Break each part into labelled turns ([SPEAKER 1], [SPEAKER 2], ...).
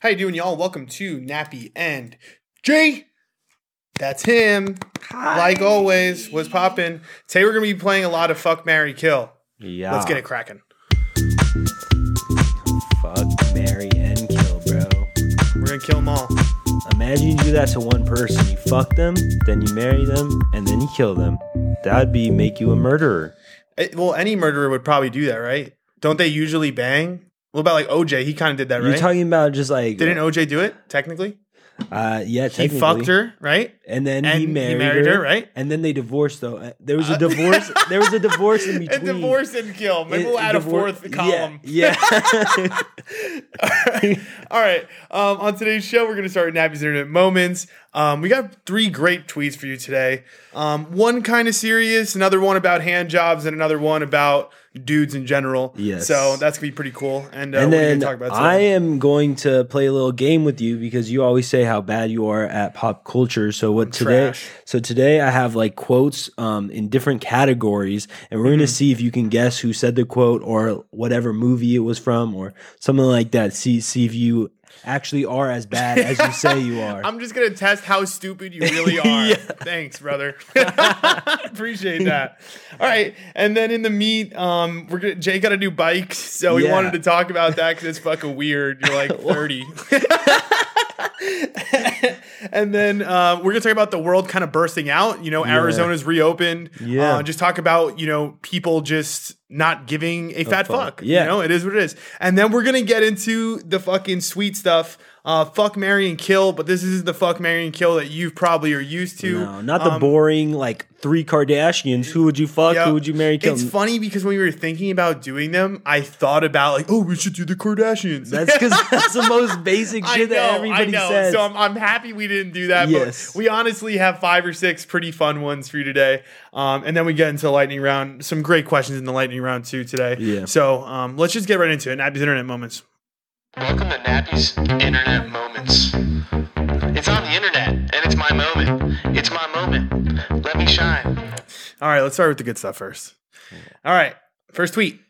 [SPEAKER 1] How you doing, y'all? Welcome to Nappy and Jay. That's him. Like always, what's poppin'? Today we're gonna be playing a lot of fuck, marry, kill.
[SPEAKER 2] Yeah.
[SPEAKER 1] Let's get it cracking.
[SPEAKER 2] Fuck, marry, and kill, bro.
[SPEAKER 1] We're gonna kill them all.
[SPEAKER 2] Imagine you do that to one person. You fuck them, then you marry them, and then you kill them. That'd be make you a murderer.
[SPEAKER 1] Eh, well, any murderer would probably do that, right? Don't they usually bang? What about like OJ? He kind of did that,
[SPEAKER 2] You're
[SPEAKER 1] right?
[SPEAKER 2] talking about just like
[SPEAKER 1] Didn't OJ do it technically?
[SPEAKER 2] uh, yeah,
[SPEAKER 1] He
[SPEAKER 2] technically.
[SPEAKER 1] fucked her, right?
[SPEAKER 2] and then
[SPEAKER 1] and he
[SPEAKER 2] he married,
[SPEAKER 1] married
[SPEAKER 2] her,
[SPEAKER 1] her, right?
[SPEAKER 2] And then they divorced though. Uh, There was a
[SPEAKER 1] Uh,
[SPEAKER 2] divorce. there was a divorce in between.
[SPEAKER 1] And divorce and kill. Maybe
[SPEAKER 2] It-
[SPEAKER 1] we'll add a
[SPEAKER 2] divor-
[SPEAKER 1] fourth
[SPEAKER 2] yeah,
[SPEAKER 1] column.
[SPEAKER 2] Yeah.
[SPEAKER 1] All right. Um, on today's show, we're going to start with Nappy's Internet Moments. Um, we got three great tweets for you today. Um, one kind of serious, another one about hand jobs, and another one about dudes in general.
[SPEAKER 2] Yes.
[SPEAKER 1] So that's going to be pretty cool. And, uh,
[SPEAKER 2] and
[SPEAKER 1] we're going
[SPEAKER 2] then
[SPEAKER 1] to talk about
[SPEAKER 2] I
[SPEAKER 1] today.
[SPEAKER 2] am going to play a little game with you because you always say how bad you are at pop culture. So what today?
[SPEAKER 1] Trash.
[SPEAKER 2] So today I have like quotes um, in different categories, and we're
[SPEAKER 1] Mm-hmm.
[SPEAKER 2] gonna see if you can guess who said the quote or whatever movie it was from or something like that. See see if you actually are as bad as you say you are.
[SPEAKER 1] I'm just going to test how stupid you really are.
[SPEAKER 2] Yeah.
[SPEAKER 1] Thanks, brother. Appreciate that. All right. And then in the meet, um, we're gonna, Jay got a new bike. So we
[SPEAKER 2] Yeah.
[SPEAKER 1] wanted to talk about that because it's fucking weird. You're like 30. and then uh, we're gonna talk about the world kind of bursting out. You know, Arizona's reopened.
[SPEAKER 2] Yeah.
[SPEAKER 1] Uh, just talk about you know people just not giving a fat fuck.
[SPEAKER 2] fuck. Yeah.
[SPEAKER 1] You know, it is what it is. And then we're gonna get into the fucking sweet stuff. Uh, fuck, marry, and kill. But this is the fuck, marry, and kill that you probably are used to. Um,
[SPEAKER 2] no, not the boring like three Kardashians. Who would you fuck?
[SPEAKER 1] Yeah.
[SPEAKER 2] Who would you marry? Kill?
[SPEAKER 1] It's funny because when we were thinking about doing them, I thought about like, oh, we should do the Kardashians.
[SPEAKER 2] That's because that's the most basic shit that everybody says.
[SPEAKER 1] So I'm, I'm happy we didn't do that.
[SPEAKER 2] Yes.
[SPEAKER 1] But we honestly have five or six pretty fun ones for you today. Um, and then we get into lightning round. Some great questions in the lightning round too today.
[SPEAKER 2] Yeah.
[SPEAKER 1] So um, let's just get right into it. Abby's internet moments.
[SPEAKER 3] Welcome to Nappy's Internet Moments. It's on the internet, and it's my moment. It's my moment. Let me shine.
[SPEAKER 1] All right, let's start with the good stuff first. All right, first tweet.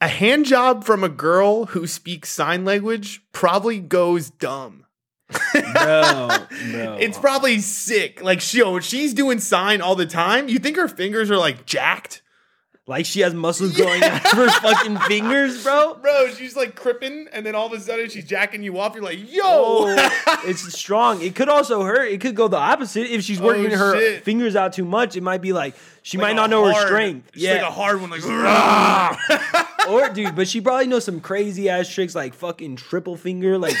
[SPEAKER 1] A hand job from a girl who speaks sign language probably goes dumb.
[SPEAKER 2] bro, bro.
[SPEAKER 1] It's probably sick. Like she, oh, she's doing sign all the time. You think her fingers are like jacked?
[SPEAKER 2] Like she has muscles growing out of her fucking fingers, bro.
[SPEAKER 1] Bro, she's like cripping, and then all of a sudden she's jacking you off. You're like, yo,
[SPEAKER 2] Oh, it's strong. It could also hurt. It could go the opposite. If she's working
[SPEAKER 1] Oh,
[SPEAKER 2] her
[SPEAKER 1] shit.
[SPEAKER 2] fingers out too much, it might be like she
[SPEAKER 1] Like
[SPEAKER 2] might
[SPEAKER 1] a
[SPEAKER 2] not know her
[SPEAKER 1] hard-
[SPEAKER 2] strength.
[SPEAKER 1] She's
[SPEAKER 2] yeah.
[SPEAKER 1] like a hard one, like "Rah!"
[SPEAKER 2] or dude, but she probably knows some crazy ass tricks like fucking triple finger. Like,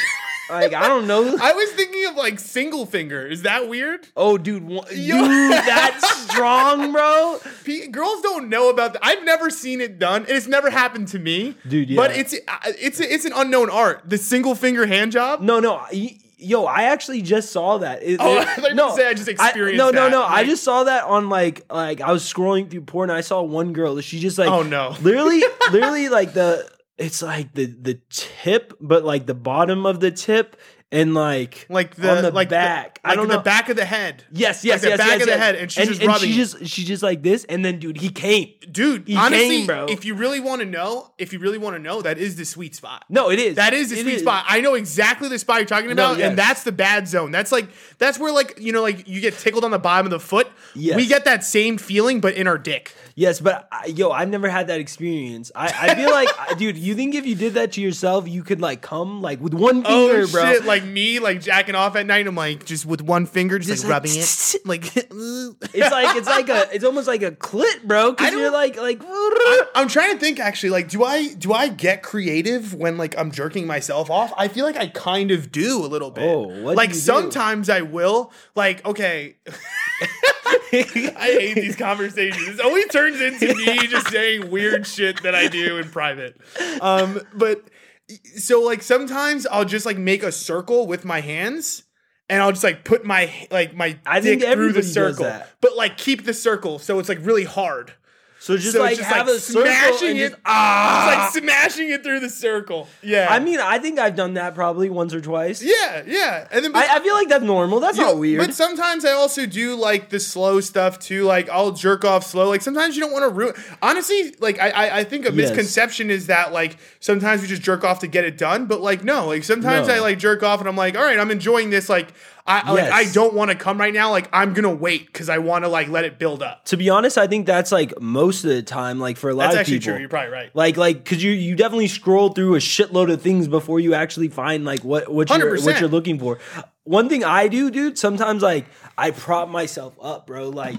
[SPEAKER 2] like I don't know.
[SPEAKER 1] I was thinking of like single finger. Is that weird?
[SPEAKER 2] oh, dude, one,
[SPEAKER 1] Yo.
[SPEAKER 2] dude, that's strong, bro.
[SPEAKER 1] P- girls don't know about that. I've never seen it done, and it's never happened to me.
[SPEAKER 2] Dude, yeah.
[SPEAKER 1] but it's uh, it's it's an unknown art. The single finger hand job.
[SPEAKER 2] No, no. y- Yo, I actually just saw that. It-
[SPEAKER 1] Oh,
[SPEAKER 2] it-
[SPEAKER 1] I thought you were gonna say I just experienced
[SPEAKER 2] no, no,
[SPEAKER 1] that.
[SPEAKER 2] no. I
[SPEAKER 1] Like-
[SPEAKER 2] just saw that on like like I was scrolling through porn. And I saw one girl. She just like
[SPEAKER 1] Oh, no.
[SPEAKER 2] literally, literally like the it's like the the tip, but like the bottom of the tip and like
[SPEAKER 1] Like the
[SPEAKER 2] on the
[SPEAKER 1] like the-
[SPEAKER 2] back. I
[SPEAKER 1] like
[SPEAKER 2] don't
[SPEAKER 1] the
[SPEAKER 2] know.
[SPEAKER 1] back of the head.
[SPEAKER 2] Yes, yes,
[SPEAKER 1] like the
[SPEAKER 2] yes,
[SPEAKER 1] back
[SPEAKER 2] yes,
[SPEAKER 1] of the
[SPEAKER 2] yes.
[SPEAKER 1] head, and she's just rubbing.
[SPEAKER 2] she
[SPEAKER 1] it.
[SPEAKER 2] just she just like this, and then dude, he came.
[SPEAKER 1] dude,
[SPEAKER 2] He
[SPEAKER 1] honestly,
[SPEAKER 2] came, bro.
[SPEAKER 1] if you really want to know, if you really want to know, that is the sweet spot.
[SPEAKER 2] No, it is
[SPEAKER 1] That is the
[SPEAKER 2] It
[SPEAKER 1] sweet spot. I know exactly the spot you're talking about,
[SPEAKER 2] yes.
[SPEAKER 1] and that's the bad zone. That's like that's where like you know like you get tickled on the bottom of the foot.
[SPEAKER 2] Yes.
[SPEAKER 1] We get that same feeling, but in our dick.
[SPEAKER 2] Yes, but I, yo, I've never had that experience. I, I feel like, I- dude, you think if you did that to yourself, you could like come like with one finger, bro?
[SPEAKER 1] Oh, shit! Like me, like jacking off at night. I'm like just with one finger, just,
[SPEAKER 2] Just
[SPEAKER 1] like,
[SPEAKER 2] like,
[SPEAKER 1] rubbing it. Like
[SPEAKER 2] It's like it's like a it's almost like a clit, bro.
[SPEAKER 1] I
[SPEAKER 2] Because
[SPEAKER 1] don't-
[SPEAKER 2] you're like like
[SPEAKER 1] I'm trying to think actually. Like, do I do I get creative when like I'm jerking myself off? I feel like I kind of do a little bit.
[SPEAKER 2] Oh, what do
[SPEAKER 1] like
[SPEAKER 2] you do?
[SPEAKER 1] sometimes I will. Like, okay, I hate these conversations. It always turns into me just saying weird shit that I do in private. Um, but so like sometimes I'll just like make a circle with my hands. And I'll just like put my like my
[SPEAKER 2] I
[SPEAKER 1] dick
[SPEAKER 2] think
[SPEAKER 1] through
[SPEAKER 2] everybody
[SPEAKER 1] the
[SPEAKER 2] does
[SPEAKER 1] circle,
[SPEAKER 2] that.
[SPEAKER 1] but like keep the circle so it's like really hard.
[SPEAKER 2] So just
[SPEAKER 1] So
[SPEAKER 2] like
[SPEAKER 1] it's just
[SPEAKER 2] have
[SPEAKER 1] like
[SPEAKER 2] a circle
[SPEAKER 1] smashing
[SPEAKER 2] and
[SPEAKER 1] it-
[SPEAKER 2] just, ah.
[SPEAKER 1] It's like smashing it through the circle. Yeah.
[SPEAKER 2] I mean, I think I've done that probably once or twice.
[SPEAKER 1] yeah, yeah. And then but
[SPEAKER 2] I, I feel like that's normal. That's
[SPEAKER 1] you-
[SPEAKER 2] not weird.
[SPEAKER 1] But sometimes I also do like the slow stuff too. Like I'll jerk off slow. Like sometimes you don't want to ruin. Honestly, like I, I, I think a
[SPEAKER 2] Yes.
[SPEAKER 1] misconception is that like sometimes we just jerk off to get it done. But like no, like sometimes
[SPEAKER 2] No.
[SPEAKER 1] I like jerk off and I'm like, all right, I'm enjoying this. Like I I- like
[SPEAKER 2] Yes.
[SPEAKER 1] I don't want to come right now. Like I'm gonna wait because I want to like let it build up.
[SPEAKER 2] to be honest, I think that's like most of the time, like for a lot
[SPEAKER 1] That's
[SPEAKER 2] of
[SPEAKER 1] actually
[SPEAKER 2] people.
[SPEAKER 1] true. You're probably right.
[SPEAKER 2] Like, like, cause you you definitely scroll through a shitload of things before you actually find like what what you're what
[SPEAKER 1] 100%.
[SPEAKER 2] you're looking for. One thing I do, dude, sometimes like I prop myself up, bro. Like,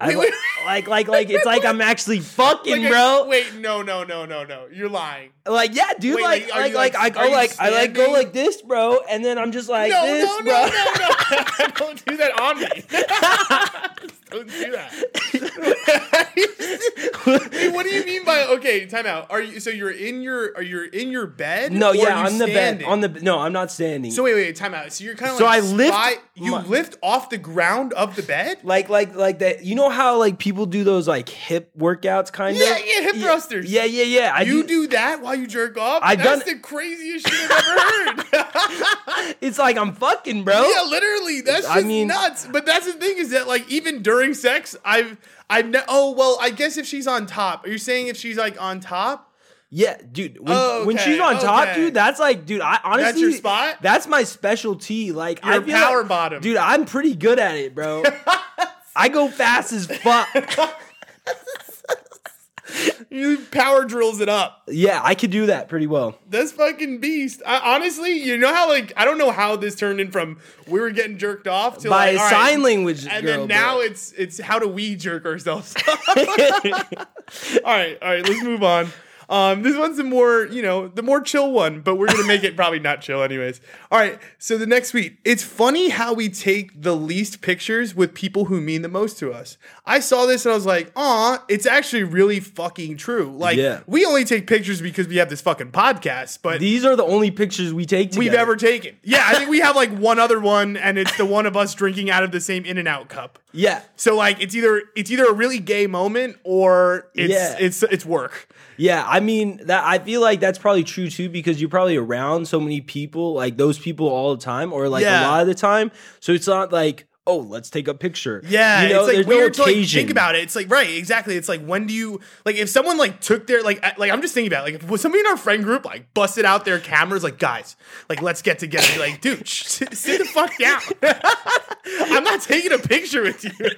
[SPEAKER 2] I
[SPEAKER 1] Wait, wait.
[SPEAKER 2] like like like like it's like I'm actually fucking,
[SPEAKER 1] Like, I-
[SPEAKER 2] bro.
[SPEAKER 1] wait, no, no, no, no, no. You're lying.
[SPEAKER 2] Like yeah, dude.
[SPEAKER 1] Wait,
[SPEAKER 2] like
[SPEAKER 1] like, are
[SPEAKER 2] like
[SPEAKER 1] you,
[SPEAKER 2] like,
[SPEAKER 1] like,
[SPEAKER 2] I
[SPEAKER 1] are
[SPEAKER 2] go
[SPEAKER 1] you
[SPEAKER 2] like I like go
[SPEAKER 1] standing?
[SPEAKER 2] like this, bro, and then I'm just like
[SPEAKER 1] No,
[SPEAKER 2] this,
[SPEAKER 1] no, no,
[SPEAKER 2] bro.
[SPEAKER 1] no, no. Don't do that on me. Just Don't do that. Wait, what do you mean by okay? Time out. Are you so you're in your are you in your bed?
[SPEAKER 2] No,
[SPEAKER 1] or are
[SPEAKER 2] yeah,
[SPEAKER 1] you
[SPEAKER 2] on the bed.
[SPEAKER 1] standing?
[SPEAKER 2] On the no, I'm not standing.
[SPEAKER 1] so wait, wait, time out. So you're kind of
[SPEAKER 2] So
[SPEAKER 1] like
[SPEAKER 2] I lift
[SPEAKER 1] spy- you
[SPEAKER 2] my-
[SPEAKER 1] lift off the ground of the bed.
[SPEAKER 2] like like like that. You know how like people do those like hip workouts, kind
[SPEAKER 1] Yeah,
[SPEAKER 2] of.
[SPEAKER 1] yeah, hip thrusters.
[SPEAKER 2] Yeah, yeah, yeah. I
[SPEAKER 1] you do that while you jerk off.
[SPEAKER 2] I
[SPEAKER 1] That's
[SPEAKER 2] done-
[SPEAKER 1] the craziest shit I've ever heard.
[SPEAKER 2] It's like I'm fucking, bro.
[SPEAKER 1] Yeah, literally. That's
[SPEAKER 2] I
[SPEAKER 1] just
[SPEAKER 2] mean-
[SPEAKER 1] nuts. But that's the thing is that like even during sex, I've I've ne- oh well, I guess if she's on top. Are you saying if she's like on top?
[SPEAKER 2] Yeah, dude. When, when
[SPEAKER 1] Oh, Okay,
[SPEAKER 2] she's on top,
[SPEAKER 1] okay.
[SPEAKER 2] dude, that's like, dude. I honestly,
[SPEAKER 1] That's your spot?
[SPEAKER 2] That's my specialty. Like,
[SPEAKER 1] You're
[SPEAKER 2] I
[SPEAKER 1] a
[SPEAKER 2] feel
[SPEAKER 1] power
[SPEAKER 2] like-
[SPEAKER 1] bottom.
[SPEAKER 2] dude. I'm pretty good at it, bro. I go fast as fuck.
[SPEAKER 1] You power drills it up.
[SPEAKER 2] yeah, I could do that pretty well.
[SPEAKER 1] That's fucking beast. I, honestly, you know how like I don't know how this turned in from we were getting jerked off to
[SPEAKER 2] By
[SPEAKER 1] like, all right,
[SPEAKER 2] sign language,
[SPEAKER 1] and
[SPEAKER 2] girl,
[SPEAKER 1] then now
[SPEAKER 2] bro.
[SPEAKER 1] it's it's how do we jerk ourselves? all right, all right, let's move on. Um, this one's the more, you know, the more chill one, but we're gonna make it probably not chill anyways. All right, so the next week, it's funny how we take the least pictures with people who mean the most to us. I saw this and I was like, aw, it's actually really fucking true. Like,
[SPEAKER 2] Yeah.
[SPEAKER 1] we only take pictures because we have this fucking podcast, but
[SPEAKER 2] These are the only pictures we take together.
[SPEAKER 1] we've ever taken. Yeah, I think we have like one other one, and it's the one of us drinking out of the same In and Out cup.
[SPEAKER 2] Yeah,
[SPEAKER 1] So like it's either it's either a really gay moment or it's
[SPEAKER 2] Yeah.
[SPEAKER 1] it's it's work.
[SPEAKER 2] yeah. I mean, that I feel like that's probably true too because you're probably around so many people, like those people all the time, or like
[SPEAKER 1] Yeah.
[SPEAKER 2] a lot of the time. So it's not like, oh, let's take a picture.
[SPEAKER 1] Yeah,
[SPEAKER 2] you know,
[SPEAKER 1] it's like
[SPEAKER 2] there's
[SPEAKER 1] weird
[SPEAKER 2] no
[SPEAKER 1] to
[SPEAKER 2] occasion.
[SPEAKER 1] like, think about it. It's like right, exactly. It's like when do you like if someone like took their like I- like I'm just thinking about it, like if somebody in our friend group like busted out their cameras like guys like let's get together You're like dude sh- sit, sit the fuck down. I'm not taking a picture with you.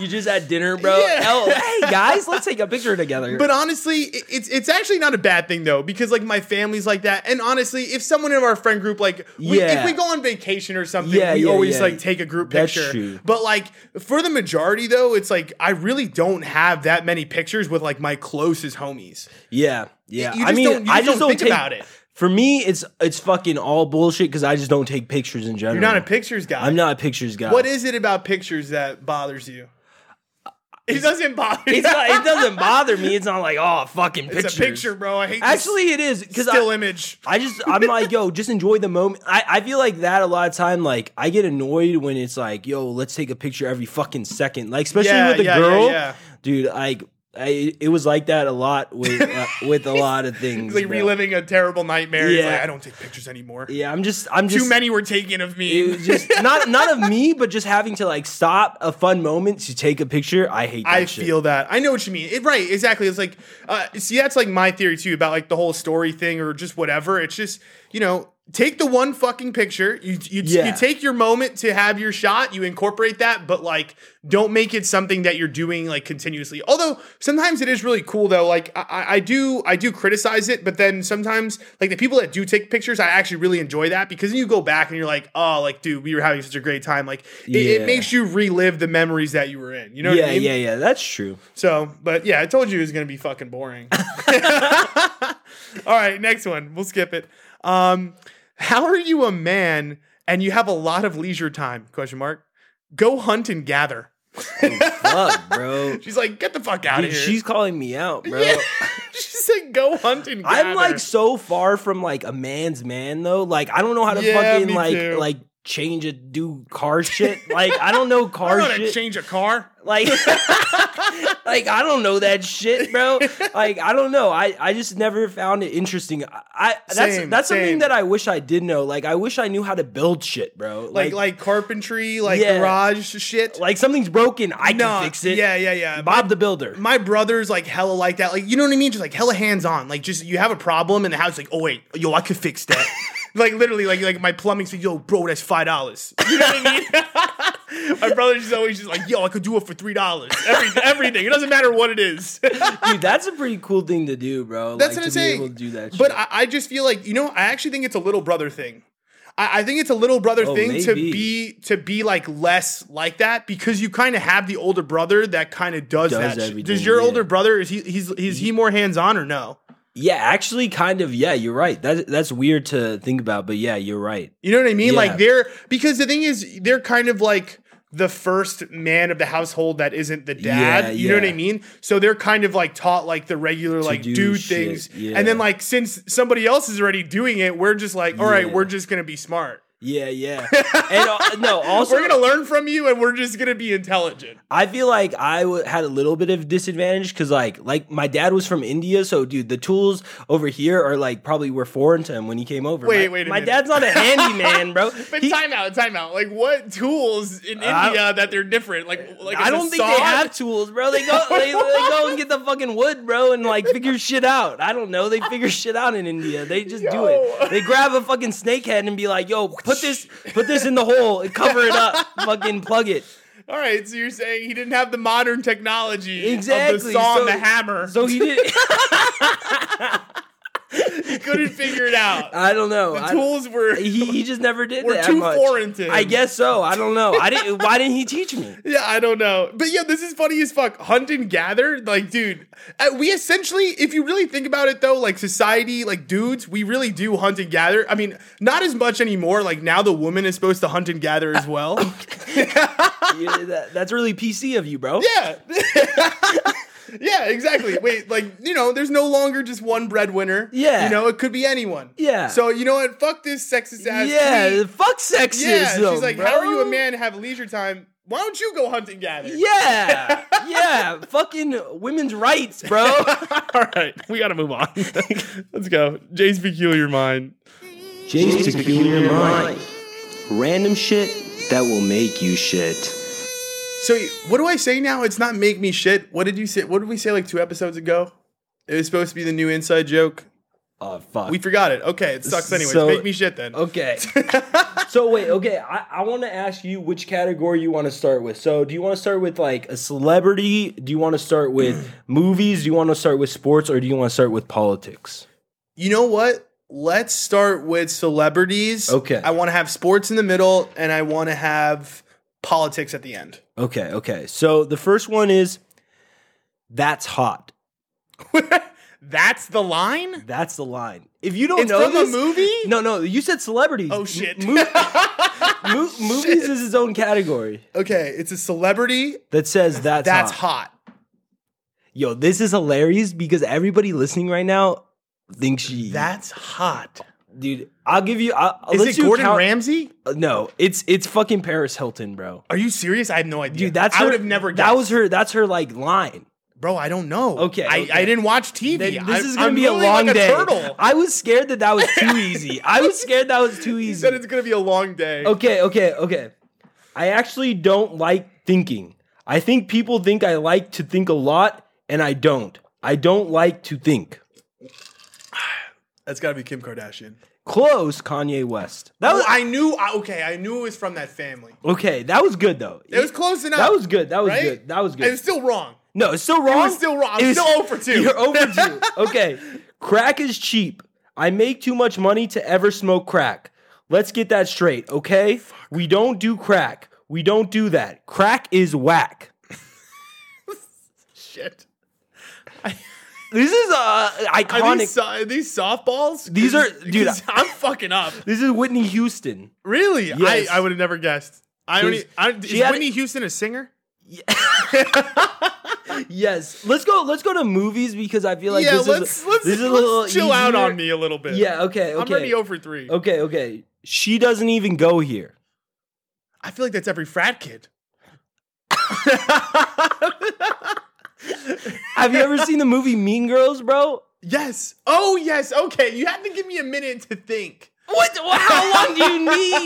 [SPEAKER 2] You just at dinner, bro.
[SPEAKER 1] Yeah.
[SPEAKER 2] Oh, hey guys, let's take a picture together.
[SPEAKER 1] But honestly, it- it's it's actually not a bad thing though, because like my family's like that, and honestly, if someone in our friend group like, we, if
[SPEAKER 2] Yeah.
[SPEAKER 1] we go on vacation or something,
[SPEAKER 2] Yeah,
[SPEAKER 1] we
[SPEAKER 2] yeah,
[SPEAKER 1] always
[SPEAKER 2] yeah.
[SPEAKER 1] like take a group
[SPEAKER 2] That's
[SPEAKER 1] picture.
[SPEAKER 2] true.
[SPEAKER 1] But like for the majority though, it's like I really don't have that many pictures with like my closest homies.
[SPEAKER 2] yeah, yeah.
[SPEAKER 1] You just
[SPEAKER 2] I mean,
[SPEAKER 1] don't- you
[SPEAKER 2] I
[SPEAKER 1] just
[SPEAKER 2] just
[SPEAKER 1] don't
[SPEAKER 2] don't
[SPEAKER 1] think
[SPEAKER 2] take,
[SPEAKER 1] about it.
[SPEAKER 2] For me, it's it's fucking all bullshit because I just don't take pictures in general.
[SPEAKER 1] You're not a pictures guy.
[SPEAKER 2] I'm not a pictures guy.
[SPEAKER 1] What is it about pictures that bothers you? It doesn't bother. you.
[SPEAKER 2] Uh, It's not, it doesn't bother me. It's not like oh fucking pictures.
[SPEAKER 1] It's a picture, bro. I hate this
[SPEAKER 2] Actually, it is because
[SPEAKER 1] still
[SPEAKER 2] I,
[SPEAKER 1] image.
[SPEAKER 2] I just I'm like yo, just enjoy the moment. I, I feel like that a lot of time. Like I get annoyed when it's like yo, let's take a picture every fucking second. Like especially
[SPEAKER 1] Yeah,
[SPEAKER 2] with a
[SPEAKER 1] yeah, yeah,
[SPEAKER 2] girl,
[SPEAKER 1] yeah.
[SPEAKER 2] dude. Like I, it was like that a lot with uh, with a lot of things.
[SPEAKER 1] It's like
[SPEAKER 2] bro.
[SPEAKER 1] reliving a terrible nightmare. It's
[SPEAKER 2] Yeah.
[SPEAKER 1] like, I don't take pictures anymore.
[SPEAKER 2] Yeah, I'm just I'm just
[SPEAKER 1] Too many were taken of me.
[SPEAKER 2] It was just not not of me, but just having to like stop a fun moment to take a picture. I hate. That
[SPEAKER 1] I
[SPEAKER 2] shit.
[SPEAKER 1] feel that. I know what you mean. It, right, exactly. It's like, uh, see, that's like my theory too about like the whole story thing or just whatever. It's just, you know, take the one fucking picture. You you,
[SPEAKER 2] Yeah.
[SPEAKER 1] you take your moment to have your shot. You incorporate that, but like, don't make it something that you're doing like continuously. Although sometimes it is really cool though. Like I- I, I do, I do criticize it, but then sometimes like the people that do take pictures, I actually really enjoy that because then you go back and you're like, oh, like dude, we were having such a great time. Like it, it
[SPEAKER 2] Yeah.
[SPEAKER 1] makes you relive the memories that you were in. You know? what
[SPEAKER 2] Yeah,
[SPEAKER 1] I mean?
[SPEAKER 2] yeah, yeah. That's true.
[SPEAKER 1] So, but yeah, I told you it was going to be fucking boring. All right, next one. We'll skip it. Um, how are you a man and you have a lot of leisure time? Question mark. Go hunt and gather.
[SPEAKER 2] Fuck, bro.
[SPEAKER 1] She's like, get the fuck out
[SPEAKER 2] Dude,
[SPEAKER 1] of here.
[SPEAKER 2] she's calling me out, bro.
[SPEAKER 1] yeah. she said, go hunt and gather.
[SPEAKER 2] I'm like so far from like a man's man though. Like I don't know how to
[SPEAKER 1] Yeah,
[SPEAKER 2] fucking
[SPEAKER 1] me
[SPEAKER 2] like
[SPEAKER 1] too.
[SPEAKER 2] like change a do car shit. Like I don't know
[SPEAKER 1] I
[SPEAKER 2] car
[SPEAKER 1] don't know how to
[SPEAKER 2] shit.
[SPEAKER 1] change a car.
[SPEAKER 2] like like I don't know that shit, bro. Like I don't know. I I just never found it interesting. I, I that's
[SPEAKER 1] Same,
[SPEAKER 2] that's
[SPEAKER 1] same.
[SPEAKER 2] something that I wish I did know. Like I wish I knew how to build shit, bro.
[SPEAKER 1] Like like carpentry, like
[SPEAKER 2] Yeah.
[SPEAKER 1] garage shit.
[SPEAKER 2] like something's broken, I
[SPEAKER 1] Nah,
[SPEAKER 2] can fix it.
[SPEAKER 1] Yeah, yeah, yeah.
[SPEAKER 2] Bob the Builder.
[SPEAKER 1] my brother's like hella like that. Like, you know what I mean? Just like hella hands on. Like, just you have a problem in the house, like, oh wait, yo, I could fix that. like literally, like like my plumbing's like, yo, bro, that's five dollars. You know what I mean? my brother's just always just like, yo, I could do it for three dollars. Everything, everything. It doesn't matter what it is.
[SPEAKER 2] Dude, that's a pretty cool thing to do, bro.
[SPEAKER 1] That's
[SPEAKER 2] like,
[SPEAKER 1] what
[SPEAKER 2] to
[SPEAKER 1] I'm
[SPEAKER 2] be
[SPEAKER 1] saying.
[SPEAKER 2] able to do that.
[SPEAKER 1] But
[SPEAKER 2] shit.
[SPEAKER 1] I, I just feel like you know, I actually think it's a little brother thing. I, I think it's a little brother
[SPEAKER 2] Oh,
[SPEAKER 1] thing to
[SPEAKER 2] maybe.
[SPEAKER 1] be to be like less like that because you kind of have the older brother that kind of does,
[SPEAKER 2] Does
[SPEAKER 1] that. shit.
[SPEAKER 2] everything,
[SPEAKER 1] Does your
[SPEAKER 2] yeah.
[SPEAKER 1] older brother is he he's is he more hands on or no?
[SPEAKER 2] yeah, actually, kind of. Yeah, you're right. That that's weird to think about, but yeah, you're right.
[SPEAKER 1] You know what I mean?
[SPEAKER 2] Yeah.
[SPEAKER 1] Like they're because the thing is they're kind of like the first man of the household that isn't the dad.
[SPEAKER 2] Yeah,
[SPEAKER 1] you know what I
[SPEAKER 2] yeah.
[SPEAKER 1] mean? So they're kind of like taught like the regular like
[SPEAKER 2] do
[SPEAKER 1] dude
[SPEAKER 2] shit,
[SPEAKER 1] things.
[SPEAKER 2] yeah.
[SPEAKER 1] And then like since somebody else is already doing it, we're just like, all right,
[SPEAKER 2] Yeah.
[SPEAKER 1] we're just gonna be smart.
[SPEAKER 2] Yeah, yeah. and uh, no, also,
[SPEAKER 1] we're gonna learn from you and we're just gonna be intelligent.
[SPEAKER 2] I feel like I w- had a little bit of disadvantage because, like, like my dad was from India, so dude, the tools over here are like probably were foreign to him when he came over.
[SPEAKER 1] Wait,
[SPEAKER 2] my,
[SPEAKER 1] wait a
[SPEAKER 2] my
[SPEAKER 1] minute.
[SPEAKER 2] dad's not a handyman, bro.
[SPEAKER 1] But
[SPEAKER 2] He-
[SPEAKER 1] time out, time out. Like what tools in
[SPEAKER 2] I-
[SPEAKER 1] India that they're different? Like like
[SPEAKER 2] I
[SPEAKER 1] is it
[SPEAKER 2] don't think they
[SPEAKER 1] sawed?
[SPEAKER 2] have tools, bro. They go, they, they go and get the fucking wood, bro, and like figure shit out. I don't know. They figure shit out in India. They just do
[SPEAKER 1] Yo.
[SPEAKER 2] it. They grab a fucking snake head and be like, "Yo, put this, put this in the hole and cover it up. fucking plug it."
[SPEAKER 1] All right, so you're saying he didn't have the modern technology
[SPEAKER 2] Exactly.
[SPEAKER 1] of the saw and
[SPEAKER 2] So-
[SPEAKER 1] the hammer.
[SPEAKER 2] So he did.
[SPEAKER 1] he couldn't figure it out.
[SPEAKER 2] I don't know.
[SPEAKER 1] The
[SPEAKER 2] I-
[SPEAKER 1] tools were
[SPEAKER 2] he, he just never did
[SPEAKER 1] We're
[SPEAKER 2] that
[SPEAKER 1] too
[SPEAKER 2] much.
[SPEAKER 1] foreign to him.
[SPEAKER 2] I guess so. I don't know. I didn't. Why didn't he teach me?
[SPEAKER 1] Yeah, I don't know. But yeah, this is funny as fuck. Hunt and gather, like, dude, uh, we essentially, if you really think about it though, like society, like dudes, we really do hunt and gather. I mean, not as much anymore. Like now the woman is supposed to hunt and gather as well.
[SPEAKER 2] Yeah, that- that's really PC of you, bro.
[SPEAKER 1] yeah. yeah, exactly. Wait, like, you know, there's no longer just one breadwinner.
[SPEAKER 2] Yeah.
[SPEAKER 1] You know, it could be anyone.
[SPEAKER 2] Yeah.
[SPEAKER 1] So, you know what? Fuck this sexist ass.
[SPEAKER 2] Yeah,
[SPEAKER 1] tweet.
[SPEAKER 2] fuck sexism.
[SPEAKER 1] Yeah. She's like, how are you a
[SPEAKER 2] bro.
[SPEAKER 1] man to have leisure time? Why don't you go hunt and gather?
[SPEAKER 2] Yeah, yeah, fucking women's rights, bro.
[SPEAKER 1] All right, we got to move on. Let's go. Jay's peculiar mind.
[SPEAKER 2] Jay's peculiar mind, random shit that will make you shit.
[SPEAKER 1] So, what do I say now? It's not make me shit. What did you say? What did we say like two episodes ago? It was supposed to be the new inside joke.
[SPEAKER 2] Oh fuck.
[SPEAKER 1] We forgot it. Okay, it sucks anyways.
[SPEAKER 2] So-
[SPEAKER 1] make me shit then.
[SPEAKER 2] Okay. so wait, okay. I, I want to ask you which category you want to start with. So do you want to start with like a celebrity? Do you want to start with movies? Do you want to start with sports or do you want to start with politics?
[SPEAKER 1] You know what? Let's start with celebrities.
[SPEAKER 2] Okay.
[SPEAKER 1] I want to have sports in the middle and I want to have politics at the end.
[SPEAKER 2] Okay, okay. So the first one is that's hot.
[SPEAKER 1] That's the line?
[SPEAKER 2] That's the line. If you don't
[SPEAKER 1] It's
[SPEAKER 2] know
[SPEAKER 1] from a
[SPEAKER 2] this-
[SPEAKER 1] movie?
[SPEAKER 2] No, no, you said celebrities.
[SPEAKER 1] Oh, shit.
[SPEAKER 2] Mo- mo- movies is its own category
[SPEAKER 1] Okay, it's a celebrity
[SPEAKER 2] that says that's,
[SPEAKER 1] that's
[SPEAKER 2] hot.
[SPEAKER 1] hot.
[SPEAKER 2] Yo, this is hilarious because everybody listening right now thinks she
[SPEAKER 1] That's hot.
[SPEAKER 2] dude. I'll give you. I'll, I'll
[SPEAKER 1] Is
[SPEAKER 2] let
[SPEAKER 1] it
[SPEAKER 2] you
[SPEAKER 1] Gordon
[SPEAKER 2] count-
[SPEAKER 1] Ramsay?
[SPEAKER 2] Uh, No, it's it's fucking Paris Hilton, bro.
[SPEAKER 1] Are you serious? I have no idea.
[SPEAKER 2] Dude, that's
[SPEAKER 1] I
[SPEAKER 2] her,
[SPEAKER 1] would have never guessed.
[SPEAKER 2] That was her. That's her like line.
[SPEAKER 1] bro. I don't know.
[SPEAKER 2] Okay,
[SPEAKER 1] I,
[SPEAKER 2] okay.
[SPEAKER 1] I didn't watch TV.
[SPEAKER 2] Th-
[SPEAKER 1] I,
[SPEAKER 2] this is gonna
[SPEAKER 1] I'm
[SPEAKER 2] be a
[SPEAKER 1] literally
[SPEAKER 2] long
[SPEAKER 1] like
[SPEAKER 2] day.
[SPEAKER 1] turtle.
[SPEAKER 2] I was scared that that was too easy. I was scared that was too
[SPEAKER 1] He said
[SPEAKER 2] easy.
[SPEAKER 1] it's gonna be a long day.
[SPEAKER 2] Okay, okay, okay. I actually don't like thinking. I think people think I like to think a lot, and I don't. I don't like to think.
[SPEAKER 1] That's gotta be Kim Kardashian.
[SPEAKER 2] Close, Kanye West. That
[SPEAKER 1] Oh,
[SPEAKER 2] was
[SPEAKER 1] I knew. I- Okay, I knew it was from that family.
[SPEAKER 2] okay. That was good though.
[SPEAKER 1] It was close enough.
[SPEAKER 2] That was good. That was
[SPEAKER 1] right?
[SPEAKER 2] good. That was good.
[SPEAKER 1] It was still wrong.
[SPEAKER 2] No, it's still wrong.
[SPEAKER 1] It was still wrong. I'm
[SPEAKER 2] It was-
[SPEAKER 1] still over two.
[SPEAKER 2] You're over two. Okay. crack is cheap. I make too much money to ever smoke crack. Let's get that straight, okay? We don't do crack. We don't do that. Crack is whack.
[SPEAKER 1] Shit.
[SPEAKER 2] This is uh
[SPEAKER 1] Are these,
[SPEAKER 2] iconic.
[SPEAKER 1] so- are these softballs?
[SPEAKER 2] These are-
[SPEAKER 1] 'Cause-
[SPEAKER 2] dude,
[SPEAKER 1] 'cause I'm fucking up.
[SPEAKER 2] This is Whitney Houston.
[SPEAKER 1] Really?
[SPEAKER 2] Yes.
[SPEAKER 1] I, I would have never guessed. I
[SPEAKER 2] She
[SPEAKER 1] only.
[SPEAKER 2] was-
[SPEAKER 1] I, is
[SPEAKER 2] she had-
[SPEAKER 1] Whitney Houston a singer?
[SPEAKER 2] Yes. Let's go. Let's go to movies because I feel like
[SPEAKER 1] yeah.
[SPEAKER 2] this
[SPEAKER 1] Let's
[SPEAKER 2] is
[SPEAKER 1] let's,
[SPEAKER 2] this is a
[SPEAKER 1] let's
[SPEAKER 2] little
[SPEAKER 1] chill out
[SPEAKER 2] easier.
[SPEAKER 1] on me a little bit.
[SPEAKER 2] Yeah. Okay. Okay.
[SPEAKER 1] I'm already over three.
[SPEAKER 2] Okay. Okay. She doesn't even go here.
[SPEAKER 1] I feel like that's every frat kid.
[SPEAKER 2] Have you ever seen the movie Mean Girls, bro?
[SPEAKER 1] yes. Oh, yes. Okay. You had to give me a minute to think.
[SPEAKER 2] What? Well, how long do you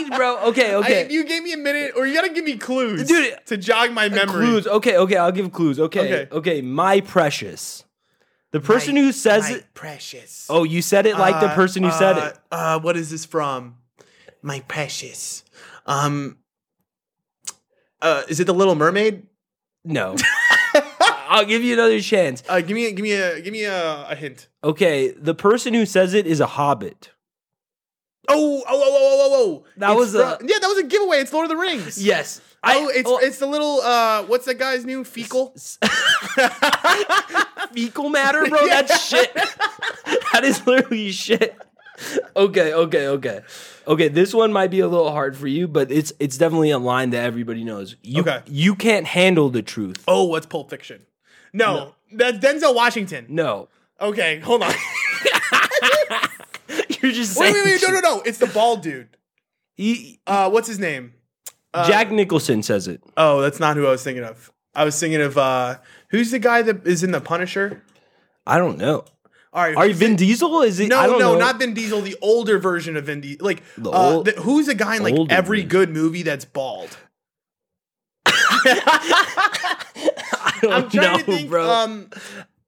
[SPEAKER 2] need, bro? Okay,
[SPEAKER 1] I-
[SPEAKER 2] okay.
[SPEAKER 1] if you gave me a minute, or you gotta give me clues,
[SPEAKER 2] Dude, uh,
[SPEAKER 1] to jog my memory.
[SPEAKER 2] Clues. Okay, okay. I'll give clues. Okay, okay.
[SPEAKER 1] Okay.
[SPEAKER 2] My precious. The person who says it.
[SPEAKER 1] precious.
[SPEAKER 2] Oh, you said it like the person who said it.
[SPEAKER 1] Uh, what is this from? My precious. Um. Uh, is it the Little Mermaid?
[SPEAKER 2] No. I'll give you another chance.
[SPEAKER 1] Uh, give me, give me a, give me a, a hint.
[SPEAKER 2] Okay, the person who says it is a hobbit.
[SPEAKER 1] Oh, oh, oh, oh, oh, oh!
[SPEAKER 2] That was uh, a-
[SPEAKER 1] from- yeah, that was a giveaway. It's Lord of the Rings.
[SPEAKER 2] Yes.
[SPEAKER 1] Oh, it's it's the little uh, what's that guy's new fecal?
[SPEAKER 2] fecal matter, bro.
[SPEAKER 1] Yeah.
[SPEAKER 2] That's shit. that is literally shit. Okay, okay, okay. Okay, this one might be a little hard for you, but it's it's definitely a line that everybody knows. You
[SPEAKER 1] Okay.
[SPEAKER 2] you can't handle the truth.
[SPEAKER 1] Oh, what's Pulp Fiction? No, that's Denzel Washington.
[SPEAKER 2] No.
[SPEAKER 1] Okay, hold on.
[SPEAKER 2] You're just
[SPEAKER 1] wait,
[SPEAKER 2] saying
[SPEAKER 1] wait, wait! No, no, no! It's the bald dude.
[SPEAKER 2] He-
[SPEAKER 1] Uh, what's his name? Uh,
[SPEAKER 2] Jack Nicholson says it.
[SPEAKER 1] Oh, that's not who I was thinking of. I was thinking of uh, who's the guy that is in the Punisher?
[SPEAKER 2] I don't know.
[SPEAKER 1] All right,
[SPEAKER 2] Are you
[SPEAKER 1] who's
[SPEAKER 2] Vin
[SPEAKER 1] it-
[SPEAKER 2] Diesel? Is it
[SPEAKER 1] No,
[SPEAKER 2] I
[SPEAKER 1] no,
[SPEAKER 2] don't know.
[SPEAKER 1] not Vin Diesel. The older version of Vin Diesel. Like,
[SPEAKER 2] The
[SPEAKER 1] uh,
[SPEAKER 2] old-
[SPEAKER 1] the- who's the guy in like
[SPEAKER 2] older
[SPEAKER 1] every
[SPEAKER 2] version.
[SPEAKER 1] good movie that's bald?
[SPEAKER 2] I don't
[SPEAKER 1] I'm trying
[SPEAKER 2] know,
[SPEAKER 1] to think.
[SPEAKER 2] bro.
[SPEAKER 1] Um,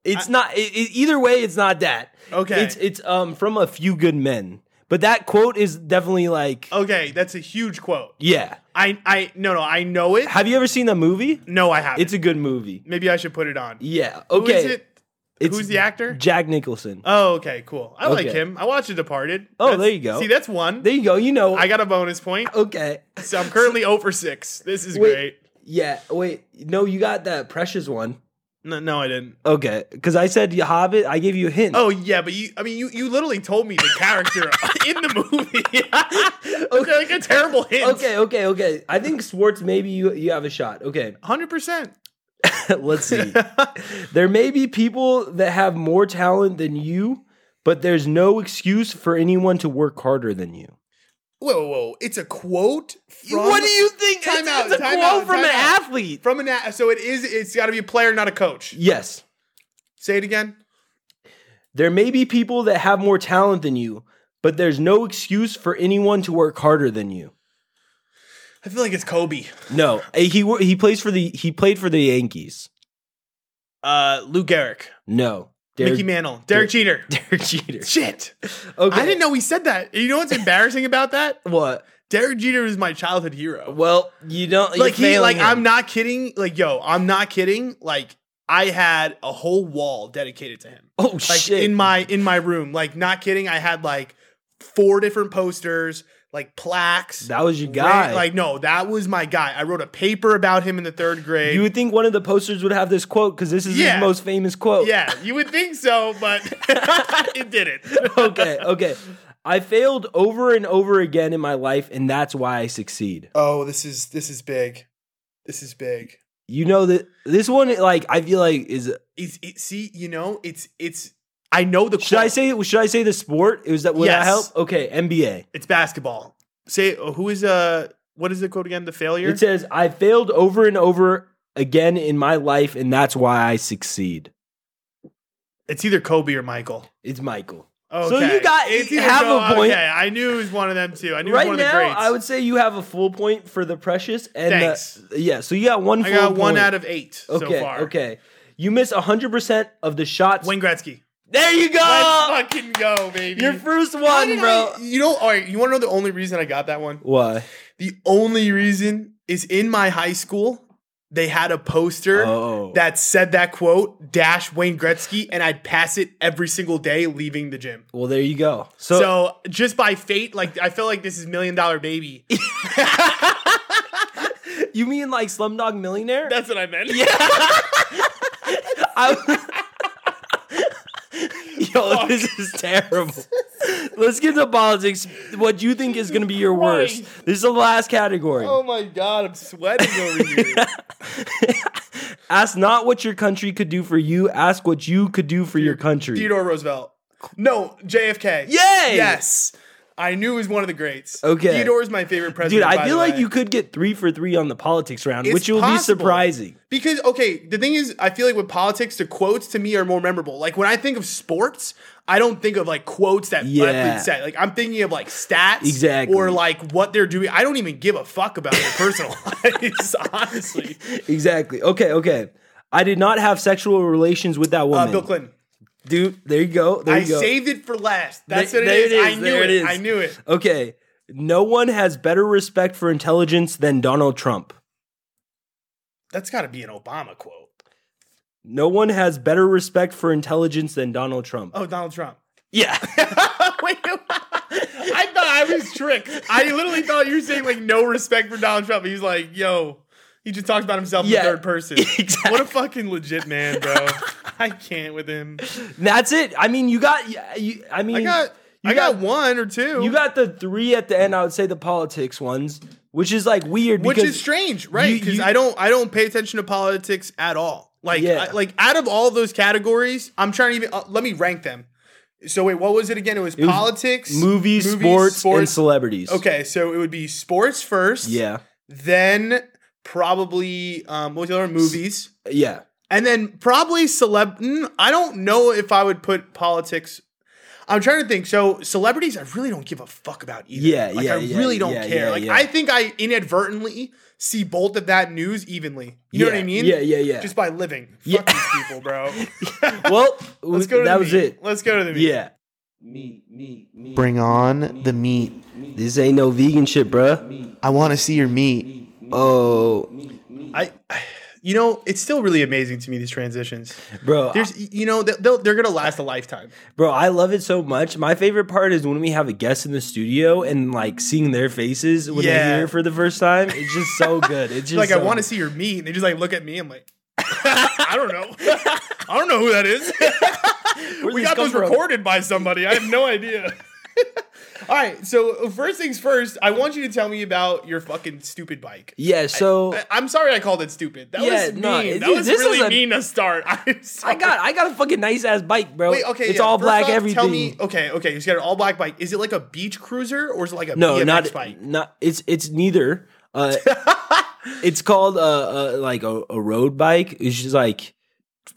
[SPEAKER 2] It's not. It, it- either way, it's not that.
[SPEAKER 1] Okay.
[SPEAKER 2] It's it's um from a few good men, but that quote is definitely like
[SPEAKER 1] okay, that's a huge quote.
[SPEAKER 2] yeah.
[SPEAKER 1] I, I, no, no, I know it.
[SPEAKER 2] Have you ever seen the movie?
[SPEAKER 1] No, I haven't.
[SPEAKER 2] It's a good movie.
[SPEAKER 1] Maybe I should put it on.
[SPEAKER 2] Yeah.
[SPEAKER 1] Who
[SPEAKER 2] Okay.
[SPEAKER 1] is it?
[SPEAKER 2] It's
[SPEAKER 1] who's the actor?
[SPEAKER 2] Jack Nicholson.
[SPEAKER 1] Oh, okay, cool. I like
[SPEAKER 2] Okay.
[SPEAKER 1] him. I watched The Departed.
[SPEAKER 2] Oh,
[SPEAKER 1] That's-
[SPEAKER 2] there you go.
[SPEAKER 1] See, that's one.
[SPEAKER 2] there you go. You know.
[SPEAKER 1] I got a bonus point.
[SPEAKER 2] okay.
[SPEAKER 1] So I'm currently over six. This is
[SPEAKER 2] Wait.
[SPEAKER 1] great.
[SPEAKER 2] Yeah. Wait. No, you got that precious one.
[SPEAKER 1] No, no, I didn't.
[SPEAKER 2] Okay. Because I said Hobbit. I gave you a hint.
[SPEAKER 1] Oh yeah, but you—I mean, you—you literally told me the character in the movie. It's like a terrible hint.
[SPEAKER 2] Okay. Okay. Okay. I think Swartz. Maybe you you have a shot. Okay.
[SPEAKER 1] hundred percent.
[SPEAKER 2] Let's see. there may be people that have more talent than you, but there's no excuse for anyone to work harder than you.
[SPEAKER 1] Whoa, whoa! It's a quote. From,
[SPEAKER 2] think?
[SPEAKER 1] Time out, time out, time out.
[SPEAKER 2] athlete.
[SPEAKER 1] From an a- so it is. It's got to be a player, not a coach.
[SPEAKER 2] Yes.
[SPEAKER 1] Say it again.
[SPEAKER 2] There may be people that have more talent than you, but there's no excuse for anyone to work harder than you.
[SPEAKER 1] I feel like it's Kobe.
[SPEAKER 2] No, eh, he wo- he plays for the he played for the Yankees.
[SPEAKER 1] Uh, Lou Gehrig,
[SPEAKER 2] No, Derek,
[SPEAKER 1] Mickey Mantle, Derek Jeter.
[SPEAKER 2] Derek Jeter.
[SPEAKER 1] Shit.
[SPEAKER 2] Okay,
[SPEAKER 1] I didn't know he said that. You know what's embarrassing about that?
[SPEAKER 2] what.
[SPEAKER 1] Derek Jeter is my childhood hero.
[SPEAKER 2] Well, you don't
[SPEAKER 1] like he like I'm not kidding. Like yo, I'm not kidding. Like I had a whole wall dedicated to him.
[SPEAKER 2] Oh
[SPEAKER 1] Like
[SPEAKER 2] shit!
[SPEAKER 1] in my in my room. Like not kidding. I had like four different posters, like plaques.
[SPEAKER 2] that was your
[SPEAKER 1] ra-
[SPEAKER 2] guy.
[SPEAKER 1] like no, that was my guy. I wrote a paper about him in the third grade.
[SPEAKER 2] You would think one of the posters would have this quote because this is
[SPEAKER 1] Yeah.
[SPEAKER 2] his most famous quote.
[SPEAKER 1] yeah, you would think so, but it didn't.
[SPEAKER 2] okay, okay. I failed over and over again in my life, and that's why I succeed.
[SPEAKER 1] Oh, this is this is big. This is big.
[SPEAKER 2] You know that this one, like, I feel like is.
[SPEAKER 1] It's it, see, you know, it's it's. I know the.
[SPEAKER 2] Should I
[SPEAKER 1] quote.
[SPEAKER 2] say? Should I say the sport? Is that would that
[SPEAKER 1] Yes.
[SPEAKER 2] help? Okay, NBA.
[SPEAKER 1] It's basketball. Say who is uh what is the quote again? The failure.
[SPEAKER 2] It says I failed over and over again in my life, and that's why I succeed.
[SPEAKER 1] it's either Kobe or Michael.
[SPEAKER 2] It's Michael.
[SPEAKER 1] Okay.
[SPEAKER 2] So you got-
[SPEAKER 1] it's
[SPEAKER 2] you
[SPEAKER 1] either
[SPEAKER 2] have a point.
[SPEAKER 1] Okay, I knew it was one of them too. I knew it
[SPEAKER 2] Right
[SPEAKER 1] was one of the
[SPEAKER 2] now,
[SPEAKER 1] greats.
[SPEAKER 2] I would say you have a full point for the precious, and the-
[SPEAKER 1] Thanks.
[SPEAKER 2] yeah, so you got one.
[SPEAKER 1] I
[SPEAKER 2] full
[SPEAKER 1] got one
[SPEAKER 2] point.
[SPEAKER 1] out of eight
[SPEAKER 2] okay,
[SPEAKER 1] so far.
[SPEAKER 2] okay. You miss hundred percent of the shots.
[SPEAKER 1] Wayne Gretzky.
[SPEAKER 2] there you
[SPEAKER 1] Let's
[SPEAKER 2] go.
[SPEAKER 1] fucking go, baby.
[SPEAKER 2] Your first
[SPEAKER 1] Why did
[SPEAKER 2] one, bro.
[SPEAKER 1] I- you know, all right. You want to know the only reason I got that one?
[SPEAKER 2] Why?
[SPEAKER 1] The only reason is in my high school they had a poster.
[SPEAKER 2] Oh,
[SPEAKER 1] That said that quote dash Wayne Gretzky, and I'd pass it every single day leaving the gym.
[SPEAKER 2] well, there you go. So,
[SPEAKER 1] So just by fate, like I feel like this is million dollar baby.
[SPEAKER 2] you mean like Slumdog Millionaire?
[SPEAKER 1] That's what I meant.
[SPEAKER 2] I- Yo, this is terrible. Let's get to politics. What you think is going to be your worst? This is the last category.
[SPEAKER 1] Oh my god, I'm sweating over here.
[SPEAKER 2] Ask not what your country could do for you. Ask what you could do for your country.
[SPEAKER 1] Theodore Roosevelt. No, JFK.
[SPEAKER 2] Yay!
[SPEAKER 1] Yes. I knew he was one of the greats.
[SPEAKER 2] Okay.
[SPEAKER 1] Theodore's my favorite
[SPEAKER 2] Dude,
[SPEAKER 1] president. by
[SPEAKER 2] I feel
[SPEAKER 1] the
[SPEAKER 2] like
[SPEAKER 1] way.
[SPEAKER 2] you could get three for three on the politics round,
[SPEAKER 1] It's
[SPEAKER 2] which will be
[SPEAKER 1] possible.
[SPEAKER 2] surprising.
[SPEAKER 1] Because okay, the thing is, I feel like with politics, the quotes to me are more memorable. Like when I think of sports, I don't think of like quotes that
[SPEAKER 2] Yeah.
[SPEAKER 1] athletes say. Like I'm thinking of like stats,
[SPEAKER 2] Exactly.
[SPEAKER 1] or like what they're doing. I don't even give a fuck about their personal lives, honestly.
[SPEAKER 2] Exactly. Okay, okay. I did not have sexual relations with that woman.
[SPEAKER 1] Uh, Bill Clinton.
[SPEAKER 2] Dude, there you go. There
[SPEAKER 1] I
[SPEAKER 2] you go.
[SPEAKER 1] saved it for last. That's
[SPEAKER 2] There-
[SPEAKER 1] what
[SPEAKER 2] there
[SPEAKER 1] it is.
[SPEAKER 2] it is,
[SPEAKER 1] I knew
[SPEAKER 2] there
[SPEAKER 1] it.
[SPEAKER 2] it is.
[SPEAKER 1] I knew it.
[SPEAKER 2] okay. No one has better respect for intelligence than Donald Trump.
[SPEAKER 1] That's got to be an Obama quote.
[SPEAKER 2] No one has better respect for intelligence than Donald Trump.
[SPEAKER 1] Oh, Donald Trump.
[SPEAKER 2] Yeah.
[SPEAKER 1] Wait, I thought I was tricked. I literally thought you were saying like no respect for Donald Trump. He's like, yo, he just talks about himself
[SPEAKER 2] Yeah,
[SPEAKER 1] in third person.
[SPEAKER 2] exactly.
[SPEAKER 1] What a fucking legit man, bro. I can't with him.
[SPEAKER 2] That's it. I mean, you got yeah, you, I mean,
[SPEAKER 1] I got,
[SPEAKER 2] you
[SPEAKER 1] I got, one or two.
[SPEAKER 2] you got the 3 at the end, I would say the politics ones, which is like weird
[SPEAKER 1] which
[SPEAKER 2] because
[SPEAKER 1] is strange, right?
[SPEAKER 2] you-
[SPEAKER 1] Because
[SPEAKER 2] you-
[SPEAKER 1] I don't, I don't pay attention to politics at all. Like,
[SPEAKER 2] Yeah.
[SPEAKER 1] I- like out of all those categories, I'm trying to even uh, let me rank them. So wait, what was it again? It was,
[SPEAKER 2] was
[SPEAKER 1] politics,
[SPEAKER 2] movies, sports, and celebrities.
[SPEAKER 1] Okay, so it would be sports first.
[SPEAKER 2] Yeah.
[SPEAKER 1] then probably um what was the other one? movies
[SPEAKER 2] Yeah.
[SPEAKER 1] and then probably celeb mm, i don't know if i would put politics i'm trying to think so celebrities i really don't give a fuck about either
[SPEAKER 2] Yeah,
[SPEAKER 1] like
[SPEAKER 2] yeah,
[SPEAKER 1] i
[SPEAKER 2] yeah,
[SPEAKER 1] really don't
[SPEAKER 2] yeah,
[SPEAKER 1] care
[SPEAKER 2] yeah,
[SPEAKER 1] like
[SPEAKER 2] yeah.
[SPEAKER 1] i think i inadvertently see both of that news evenly you know what i
[SPEAKER 2] Yeah,
[SPEAKER 1] mean
[SPEAKER 2] yeah, yeah, yeah.
[SPEAKER 1] just by living
[SPEAKER 2] Yeah.
[SPEAKER 1] fuck these people bro
[SPEAKER 2] Well,
[SPEAKER 1] let's go to
[SPEAKER 2] that
[SPEAKER 1] the
[SPEAKER 2] was
[SPEAKER 1] meat.
[SPEAKER 2] it.
[SPEAKER 1] let's go to the meat.
[SPEAKER 2] Yeah.
[SPEAKER 4] Bring on the meat.
[SPEAKER 2] This ain't no vegan shit, bruh.
[SPEAKER 4] I want to see your meat.
[SPEAKER 2] Oh,
[SPEAKER 1] i you know it's still really amazing to me these transitions
[SPEAKER 2] bro,
[SPEAKER 1] there's you know they- they'll, they're gonna last a lifetime
[SPEAKER 2] bro, I love it so much. My favorite part is when we have a guest in the studio and like seeing their faces when they
[SPEAKER 1] Yeah.
[SPEAKER 2] hear it for the first time. It's just so good. It's just
[SPEAKER 1] like I
[SPEAKER 2] so-
[SPEAKER 1] want to see your meat, and they just like look at me. I'm like, I don't know, I don't know who that is.
[SPEAKER 2] Where'd
[SPEAKER 1] we
[SPEAKER 2] this
[SPEAKER 1] got
[SPEAKER 2] come
[SPEAKER 1] those
[SPEAKER 2] from?
[SPEAKER 1] recorded by somebody. I have no idea. All right, so uh, first things first, I want you to tell me about your fucking stupid bike.
[SPEAKER 2] Yeah, so
[SPEAKER 1] I, am sorry I called it stupid. That
[SPEAKER 2] Yeah,
[SPEAKER 1] was mean.
[SPEAKER 2] no, it-
[SPEAKER 1] that was
[SPEAKER 2] this is
[SPEAKER 1] really
[SPEAKER 2] a-
[SPEAKER 1] mean to start. I'm
[SPEAKER 2] I
[SPEAKER 1] sorry.
[SPEAKER 2] got I got a fucking nice ass bike, bro.
[SPEAKER 1] Wait, okay,
[SPEAKER 2] it's
[SPEAKER 1] yeah.
[SPEAKER 2] all
[SPEAKER 1] First
[SPEAKER 2] black.
[SPEAKER 1] off,
[SPEAKER 2] everything.
[SPEAKER 1] Tell me, okay, okay, he's got an all black bike. Is it like a beach cruiser or is it like a
[SPEAKER 2] no,
[SPEAKER 1] BMX
[SPEAKER 2] not
[SPEAKER 1] bike?
[SPEAKER 2] not. It's it's neither. Uh, it's called uh, uh like a, a road bike. It's just like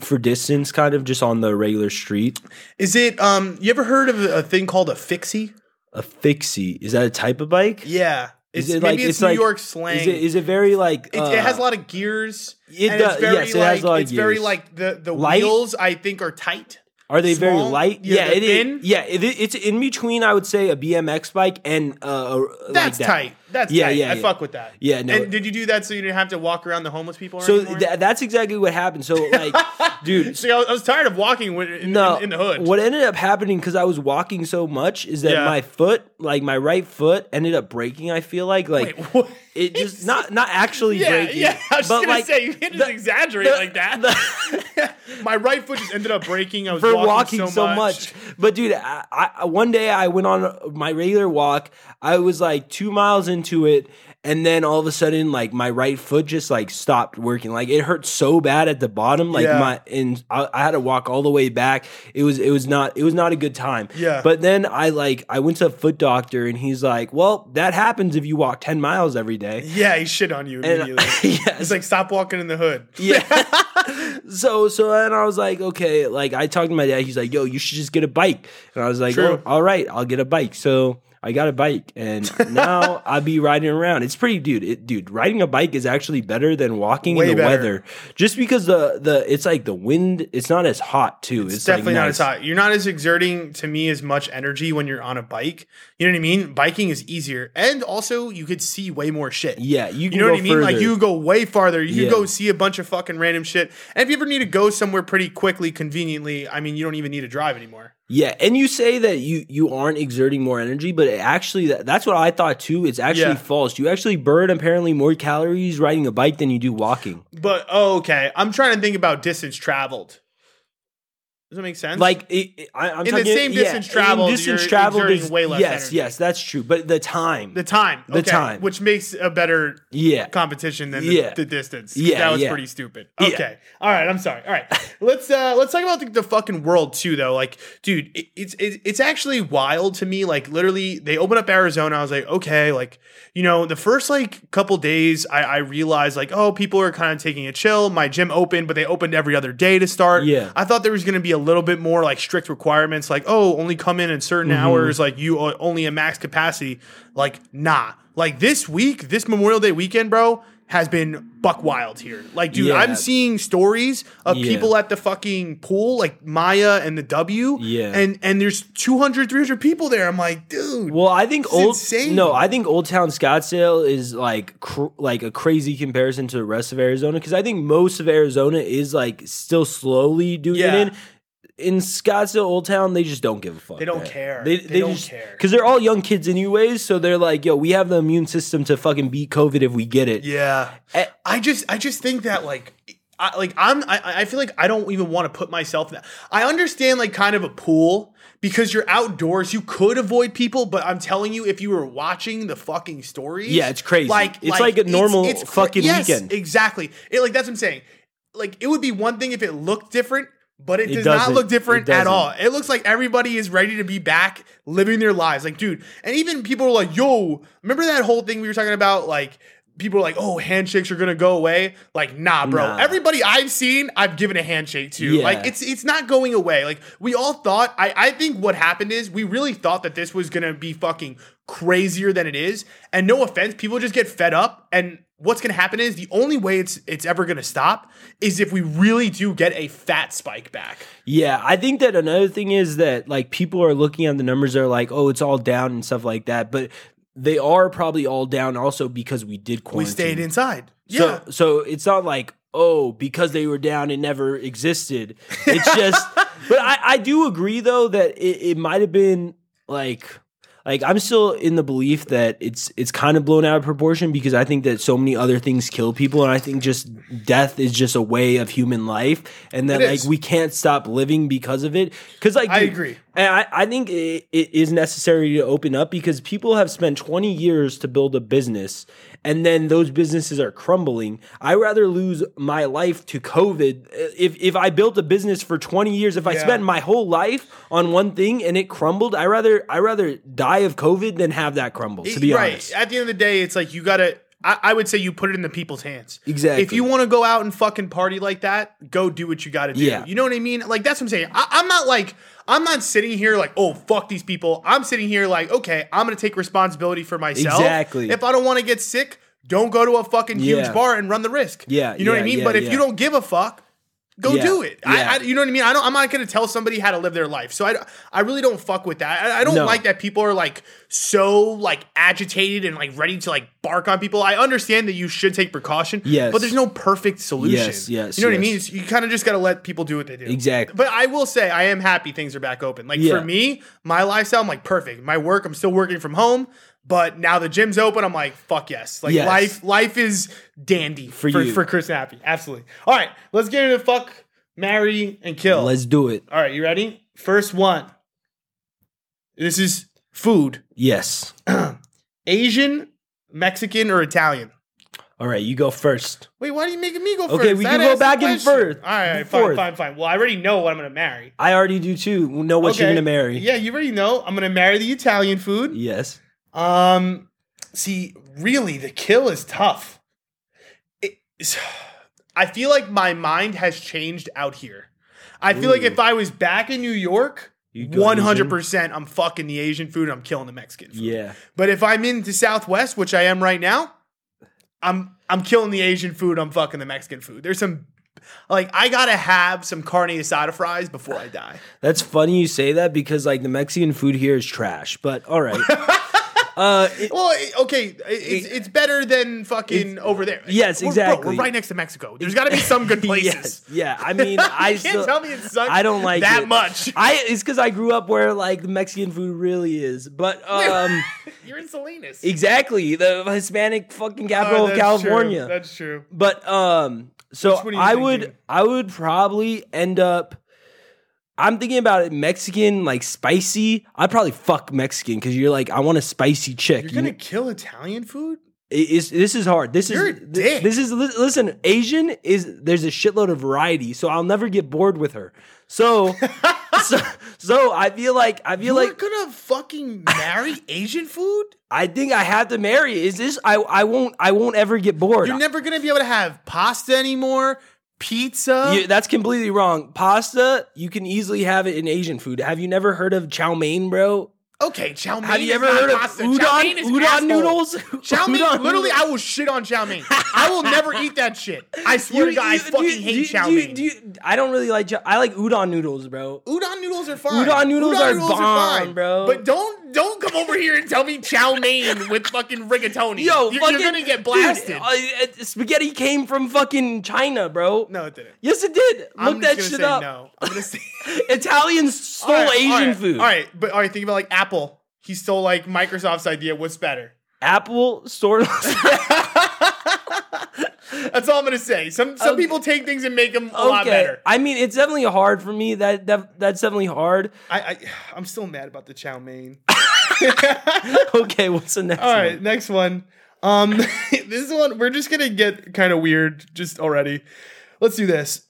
[SPEAKER 2] for distance, kind of just on the regular street.
[SPEAKER 1] Is it? Um, you ever heard of a thing called a fixie?
[SPEAKER 2] A fixie is that a type of bike?
[SPEAKER 1] Yeah.
[SPEAKER 2] Is
[SPEAKER 1] It's,
[SPEAKER 2] it
[SPEAKER 1] maybe
[SPEAKER 2] like-
[SPEAKER 1] it's,
[SPEAKER 2] it's
[SPEAKER 1] New
[SPEAKER 2] like-
[SPEAKER 1] York slang.
[SPEAKER 2] Is it is it very like uh,
[SPEAKER 1] It's, it has a lot of gears.
[SPEAKER 2] it
[SPEAKER 1] and it's
[SPEAKER 2] does-
[SPEAKER 1] very
[SPEAKER 2] yes, it
[SPEAKER 1] like
[SPEAKER 2] has a lot of
[SPEAKER 1] it's very
[SPEAKER 2] gears.
[SPEAKER 1] like the the
[SPEAKER 2] Light?
[SPEAKER 1] wheels I think are tight.
[SPEAKER 2] Are they very
[SPEAKER 1] small?
[SPEAKER 2] light?
[SPEAKER 1] Yeah,
[SPEAKER 2] Yeah,
[SPEAKER 1] they're
[SPEAKER 2] it is.
[SPEAKER 1] thin?
[SPEAKER 2] Yeah, it, i- it's in between. I would say a BMX bike and uh, a- like
[SPEAKER 1] That's
[SPEAKER 2] that.
[SPEAKER 1] tight. That's
[SPEAKER 2] Yeah,
[SPEAKER 1] tight.
[SPEAKER 2] yeah,
[SPEAKER 1] I
[SPEAKER 2] yeah.
[SPEAKER 1] fuck with that.
[SPEAKER 2] Yeah, no.
[SPEAKER 1] And did you do that so you didn't have to walk around the homeless people?
[SPEAKER 2] So
[SPEAKER 1] anymore?
[SPEAKER 2] tha- that's exactly what happened. So like, dude,
[SPEAKER 1] See, I was, I was tired of walking with, in,
[SPEAKER 2] no,
[SPEAKER 1] in, in the hood.
[SPEAKER 2] What ended up happening because I was walking so much is that
[SPEAKER 1] Yeah.
[SPEAKER 2] my foot, like my right foot, ended up breaking. I feel like like
[SPEAKER 1] Wait, what?
[SPEAKER 2] it just not not actually
[SPEAKER 1] Yeah,
[SPEAKER 2] breaking.
[SPEAKER 1] yeah. I was just
[SPEAKER 2] but
[SPEAKER 1] gonna
[SPEAKER 2] like,
[SPEAKER 1] say you can't just exaggerate like that. My right foot just ended up breaking. I was
[SPEAKER 2] for
[SPEAKER 1] walking,
[SPEAKER 2] walking, so, much. But dude, I, I one day I went on my regular walk. I was like two miles into it, and then all of a sudden, like my right foot just like stopped working. Like it hurt so bad at the bottom. Like
[SPEAKER 1] Yeah.
[SPEAKER 2] my and I, I had to walk all the way back. It was it was not it was not a good time.
[SPEAKER 1] Yeah.
[SPEAKER 2] But then I like I went to a foot doctor, and he's like, "Well, that happens if you walk ten miles every day."
[SPEAKER 1] Yeah, he shit on you
[SPEAKER 2] And,
[SPEAKER 1] immediately.
[SPEAKER 2] yes.
[SPEAKER 1] it's like stop walking in the hood.
[SPEAKER 2] Yeah. so so and I was like, okay, like I talked to my dad. He's like, yo, you should just get a bike. And I was like,
[SPEAKER 1] True.
[SPEAKER 2] oh, all right, I'll get a bike. So I got a bike, and now I be riding around. It's pretty, dude. It, dude, riding a bike is actually better than walking
[SPEAKER 1] Way
[SPEAKER 2] in the
[SPEAKER 1] better.
[SPEAKER 2] weather, just because the the it's like the wind. It's not as hot too. It's,
[SPEAKER 1] It's definitely
[SPEAKER 2] like
[SPEAKER 1] not
[SPEAKER 2] nice.
[SPEAKER 1] as hot. You're not as exerting to me as much energy when you're on a bike. You know what I mean? Biking is easier, and also you could see way more shit.
[SPEAKER 2] Yeah, you can
[SPEAKER 1] You know
[SPEAKER 2] go
[SPEAKER 1] what I mean? Like
[SPEAKER 2] further.
[SPEAKER 1] you go way farther. You
[SPEAKER 2] Yeah.
[SPEAKER 1] could go see a bunch of fucking random shit. And if you ever need to go somewhere pretty quickly, conveniently, I mean, you don't even need to drive anymore.
[SPEAKER 2] Yeah, and you say that you you aren't exerting more energy, but it actually that, that's what I thought too. It's actually
[SPEAKER 1] Yeah.
[SPEAKER 2] false. You actually burn apparently more calories riding a bike than you do walking.
[SPEAKER 1] But oh, okay, I'm trying to think about distance traveled. Does that make sense?
[SPEAKER 2] Like it, it- I, am
[SPEAKER 1] In the same distance traveled, you're exerting way less
[SPEAKER 2] Yes,
[SPEAKER 1] energy.
[SPEAKER 2] yes, that's true. But the time,
[SPEAKER 1] the time.
[SPEAKER 2] The
[SPEAKER 1] okay,
[SPEAKER 2] time.
[SPEAKER 1] Which makes a better
[SPEAKER 2] yeah,
[SPEAKER 1] competition than the,
[SPEAKER 2] Yeah.
[SPEAKER 1] the distance.
[SPEAKER 2] Yeah,
[SPEAKER 1] that was
[SPEAKER 2] yeah.
[SPEAKER 1] pretty stupid.
[SPEAKER 2] Yeah.
[SPEAKER 1] Okay, all right. I'm sorry. All right, let's uh let's talk about the, the fucking world too, though. Like, dude, it, it's it, it's actually wild to me. Like, literally, they opened up Arizona. I was like, okay, like you know, the first like couple days, I, I realized like, oh, people are kind of taking a chill. My gym opened, but they opened every other day to start.
[SPEAKER 2] Yeah.
[SPEAKER 1] I thought there was going to be a little bit more like strict requirements, like oh, only come in at certain
[SPEAKER 2] Mm-hmm.
[SPEAKER 1] hours, like you are only at max capacity. Like nah, like this week, this Memorial Day weekend, bro, has been buck wild here. Like dude,
[SPEAKER 2] Yeah.
[SPEAKER 1] I'm seeing stories of
[SPEAKER 2] Yeah.
[SPEAKER 1] people at the fucking pool, like Maya and the W,
[SPEAKER 2] Yeah.
[SPEAKER 1] and and there's 200, 300 people there. I'm like, dude,
[SPEAKER 2] Well, I think
[SPEAKER 1] It's
[SPEAKER 2] old
[SPEAKER 1] insane.
[SPEAKER 2] no, I think Old Town Scottsdale is like cr- like a crazy comparison to the rest of Arizona because I think most of Arizona is like still slowly doing
[SPEAKER 1] Yeah.
[SPEAKER 2] it in. In Scottsdale, Old Town, they just don't give a fuck.
[SPEAKER 1] They don't
[SPEAKER 2] man.
[SPEAKER 1] care. They don't care.
[SPEAKER 2] because they're all young kids anyways. So they're like, "Yo, we have the immune system to fucking beat COVID if we get it."
[SPEAKER 1] Yeah.
[SPEAKER 2] Eh.
[SPEAKER 1] I just I just think that like I like I'm I, I feel like I don't even want to put myself in that. I understand like kind of a pool because you're outdoors, you could avoid people, but I'm telling you, if you were watching the fucking stories,
[SPEAKER 2] Yeah, it's crazy. It's like a normal
[SPEAKER 1] cra-
[SPEAKER 2] fucking
[SPEAKER 1] yes,
[SPEAKER 2] weekend.
[SPEAKER 1] Exactly. It like that's what I'm saying. Like it would be one thing if it looked different. But it,
[SPEAKER 2] It
[SPEAKER 1] does not
[SPEAKER 2] doesn't.
[SPEAKER 1] look different
[SPEAKER 2] It
[SPEAKER 1] at
[SPEAKER 2] doesn't.
[SPEAKER 1] all. It looks like everybody is ready to be back living their lives. Like, dude, and even people are like, yo, remember that whole thing we were talking about? Like, people are like, oh, handshakes are gonna go away. Like, nah, bro.
[SPEAKER 2] Nah.
[SPEAKER 1] Everybody I've seen, I've given a handshake to.
[SPEAKER 2] Yeah.
[SPEAKER 1] Like, it's it's not going away. Like, we all thought, I, I think what happened is we really thought that this was gonna be fucking crazier than it is. And no offense, people just get fed up and What's gonna happen is the only way it's it's ever gonna stop is if we really do get a fat spike back.
[SPEAKER 2] Yeah, I think that another thing is that like people are looking at the numbers, they're like, oh, it's all down and stuff like that, but they are probably all down also because we did
[SPEAKER 1] We
[SPEAKER 2] quarantine.
[SPEAKER 1] stayed inside.
[SPEAKER 2] So
[SPEAKER 1] Yeah.
[SPEAKER 2] so it's not like oh because they were down it never existed. It's just but I I do agree though that it, it might have been like like I'm still in the belief that it's it's kind of blown out of proportion because I think that so many other things kill people and I think just death is just a way of human life and that
[SPEAKER 1] It
[SPEAKER 2] like
[SPEAKER 1] is.
[SPEAKER 2] we can't stop living because of it because like
[SPEAKER 1] I
[SPEAKER 2] dude,
[SPEAKER 1] agree.
[SPEAKER 2] and I, I think it, it is necessary to open up because people have spent 20 years to build a business and then those businesses are crumbling. I rather lose my life to COVID. If, if I built a business for 20 years, if I
[SPEAKER 1] Yeah.
[SPEAKER 2] spent my whole life on one thing and it crumbled, I rather I rather die of COVID than have that crumble, to be
[SPEAKER 1] right.
[SPEAKER 2] honest.
[SPEAKER 1] At the end of the day, it's like you gotta. I, I would say you put it in the people's hands.
[SPEAKER 2] Exactly.
[SPEAKER 1] If you want to go out and fucking party like that, go do what you got to do.
[SPEAKER 2] Yeah.
[SPEAKER 1] You know what I mean? Like that's what I'm saying. I, I'm not like I'm not sitting here like oh fuck these people. I'm sitting here like okay I'm gonna take responsibility for myself.
[SPEAKER 2] Exactly.
[SPEAKER 1] If I don't want to get sick, don't go to a fucking huge
[SPEAKER 2] Yeah.
[SPEAKER 1] bar and run the risk.
[SPEAKER 2] Yeah,
[SPEAKER 1] You know what
[SPEAKER 2] yeah,
[SPEAKER 1] I mean?
[SPEAKER 2] yeah,
[SPEAKER 1] but if
[SPEAKER 2] yeah.
[SPEAKER 1] you don't give a fuck. Go
[SPEAKER 2] Yeah,
[SPEAKER 1] do it.
[SPEAKER 2] yeah.
[SPEAKER 1] I, I, you know what I mean. I don't. I'm not going to tell somebody how to live their life. So I, I really don't fuck with that. I, I don't
[SPEAKER 2] No.
[SPEAKER 1] like that that people are like so like agitated and like ready to like bark on people. I understand that you should take precaution,
[SPEAKER 2] Yes.
[SPEAKER 1] but there's no perfect solution.
[SPEAKER 2] Yes, yes,
[SPEAKER 1] You know what I
[SPEAKER 2] yes.
[SPEAKER 1] mean? It's- you kind of just got to let people do what they do.
[SPEAKER 2] Exactly.
[SPEAKER 1] But I will say I am happy things are back open. Like
[SPEAKER 2] Yeah.
[SPEAKER 1] for me, my lifestyle I'm like perfect. My work, I'm still working from home, but now the gym's open, I'm like fuck yes. Like
[SPEAKER 2] Yes.
[SPEAKER 1] life life is dandy for for,
[SPEAKER 2] you.
[SPEAKER 1] Chris Nappy. Absolutely. All right, let's get into fuck, marry and kill.
[SPEAKER 2] Let's do it.
[SPEAKER 1] All right, you ready? First one. This is food.
[SPEAKER 2] Yes.
[SPEAKER 1] Asian, Mexican, or Italian?
[SPEAKER 2] All right, you go first.
[SPEAKER 1] Wait, why are you making me go first?
[SPEAKER 2] Okay, we can go
[SPEAKER 1] asked the
[SPEAKER 2] back and
[SPEAKER 1] question.
[SPEAKER 2] forth.
[SPEAKER 1] All right, all right, fine,
[SPEAKER 2] Forth.
[SPEAKER 1] fine, fine. Well, I already know what I'm going to marry.
[SPEAKER 2] I already do too. Know what you're
[SPEAKER 1] Okay.
[SPEAKER 2] gonna marry.
[SPEAKER 1] Yeah, you already know. I'm going to marry the Italian food.
[SPEAKER 2] Yes.
[SPEAKER 1] Um, see, really, the kill is tough. It, I feel like my mind has changed out here. I feel like
[SPEAKER 2] Ooh.
[SPEAKER 1] if I was back in New York,
[SPEAKER 2] You go
[SPEAKER 1] one hundred percent, I'm fucking the Asian food. and I'm killing the Mexican. Food.
[SPEAKER 2] Yeah.
[SPEAKER 1] But if I'm in the Southwest, which I am right now, I'm I'm killing the Asian food. I'm fucking the Mexican food. There's some like I gotta have some carne asada fries before I die.
[SPEAKER 2] That's funny you say that because like the Mexican food here is trash. But all right. uh, it-
[SPEAKER 1] Well, it- okay, it- it's, it's better than fucking over there.
[SPEAKER 2] yes,
[SPEAKER 1] We're- Bro,
[SPEAKER 2] exactly.
[SPEAKER 1] we're right next to Mexico. There's got to be some good places.
[SPEAKER 2] yes, yeah. I mean, I
[SPEAKER 1] you can't
[SPEAKER 2] still,
[SPEAKER 1] tell me it sucks.
[SPEAKER 2] I don't like
[SPEAKER 1] that
[SPEAKER 2] it.
[SPEAKER 1] much.
[SPEAKER 2] I it's because I grew up where like the Mexican food really is, but um,
[SPEAKER 1] You're in Salinas.
[SPEAKER 2] exactly the Hispanic fucking capital
[SPEAKER 1] Oh,
[SPEAKER 2] of
[SPEAKER 1] that's
[SPEAKER 2] california.
[SPEAKER 1] True. That's true.
[SPEAKER 2] But um, so
[SPEAKER 1] Which one are you
[SPEAKER 2] I would
[SPEAKER 1] thinking?
[SPEAKER 2] I would probably end up I'm thinking about it Mexican, like spicy. I'd probably fuck Mexican because you're like, I want a spicy chick.
[SPEAKER 1] You're
[SPEAKER 2] You-
[SPEAKER 1] gonna kill Italian food?
[SPEAKER 2] it- it's- this is hard. This
[SPEAKER 1] You're a
[SPEAKER 2] is thi-
[SPEAKER 1] dick.
[SPEAKER 2] this is li- listen. Asian is there's a shitload of variety, so I'll never get bored with her. So, so, so I feel like I feel
[SPEAKER 1] You're
[SPEAKER 2] like
[SPEAKER 1] gonna fucking marry Asian food?
[SPEAKER 2] I think I have to marry. Is this I? I won't. I won't ever get bored.
[SPEAKER 1] You're never gonna be able to have pasta anymore. Pizza.
[SPEAKER 2] You- that's completely wrong. Pasta, you can easily have it in Asian food. Have you never heard of chow mein, bro?
[SPEAKER 1] okay, chow mein.
[SPEAKER 2] Have you
[SPEAKER 1] is
[SPEAKER 2] ever
[SPEAKER 1] not
[SPEAKER 2] heard of
[SPEAKER 1] pasta. Chow
[SPEAKER 2] udon,
[SPEAKER 1] mein is
[SPEAKER 2] udon
[SPEAKER 1] asshole.
[SPEAKER 2] noodles?
[SPEAKER 1] Chow mein.
[SPEAKER 2] Udon
[SPEAKER 1] literally,
[SPEAKER 2] noodles.
[SPEAKER 1] I will shit on chow mein. I will never eat that shit. I swear to God, I
[SPEAKER 2] you-
[SPEAKER 1] fucking
[SPEAKER 2] you-
[SPEAKER 1] hate
[SPEAKER 2] you-
[SPEAKER 1] chow
[SPEAKER 2] you-
[SPEAKER 1] mein.
[SPEAKER 2] do you- I don't really like chow. I like udon noodles, bro.
[SPEAKER 1] Udon noodles are fine.
[SPEAKER 2] Udon noodles are bomb,
[SPEAKER 1] fine,
[SPEAKER 2] bro.
[SPEAKER 1] But don't don't come over here and tell me chow mein with fucking rigatoni.
[SPEAKER 2] Yo,
[SPEAKER 1] you're,
[SPEAKER 2] fucking,
[SPEAKER 1] you're gonna get
[SPEAKER 2] dude,
[SPEAKER 1] blasted.
[SPEAKER 2] uh, uh, spaghetti came from fucking China, bro.
[SPEAKER 1] no, it didn't.
[SPEAKER 2] Yes, it did. Look
[SPEAKER 1] I'm
[SPEAKER 2] that
[SPEAKER 1] just gonna
[SPEAKER 2] shit
[SPEAKER 1] say
[SPEAKER 2] up.
[SPEAKER 1] no. I'm gonna say
[SPEAKER 2] Italians stole
[SPEAKER 1] All right,
[SPEAKER 2] Asian
[SPEAKER 1] all right,
[SPEAKER 2] food.
[SPEAKER 1] All right, but all right, think about like Apple. He stole like Microsoft's idea. What's better?
[SPEAKER 2] Apple sort of.
[SPEAKER 1] That's all I'm gonna say. Some some
[SPEAKER 2] Okay.
[SPEAKER 1] people take things and make them a lot better.
[SPEAKER 2] I mean, it's definitely hard for me. That, that that's definitely hard.
[SPEAKER 1] I, I I'm still mad about the chow mein.
[SPEAKER 2] okay, what's the next?
[SPEAKER 1] All right, next one. Um, this one we're just gonna get kind of weird just already. Let's do this.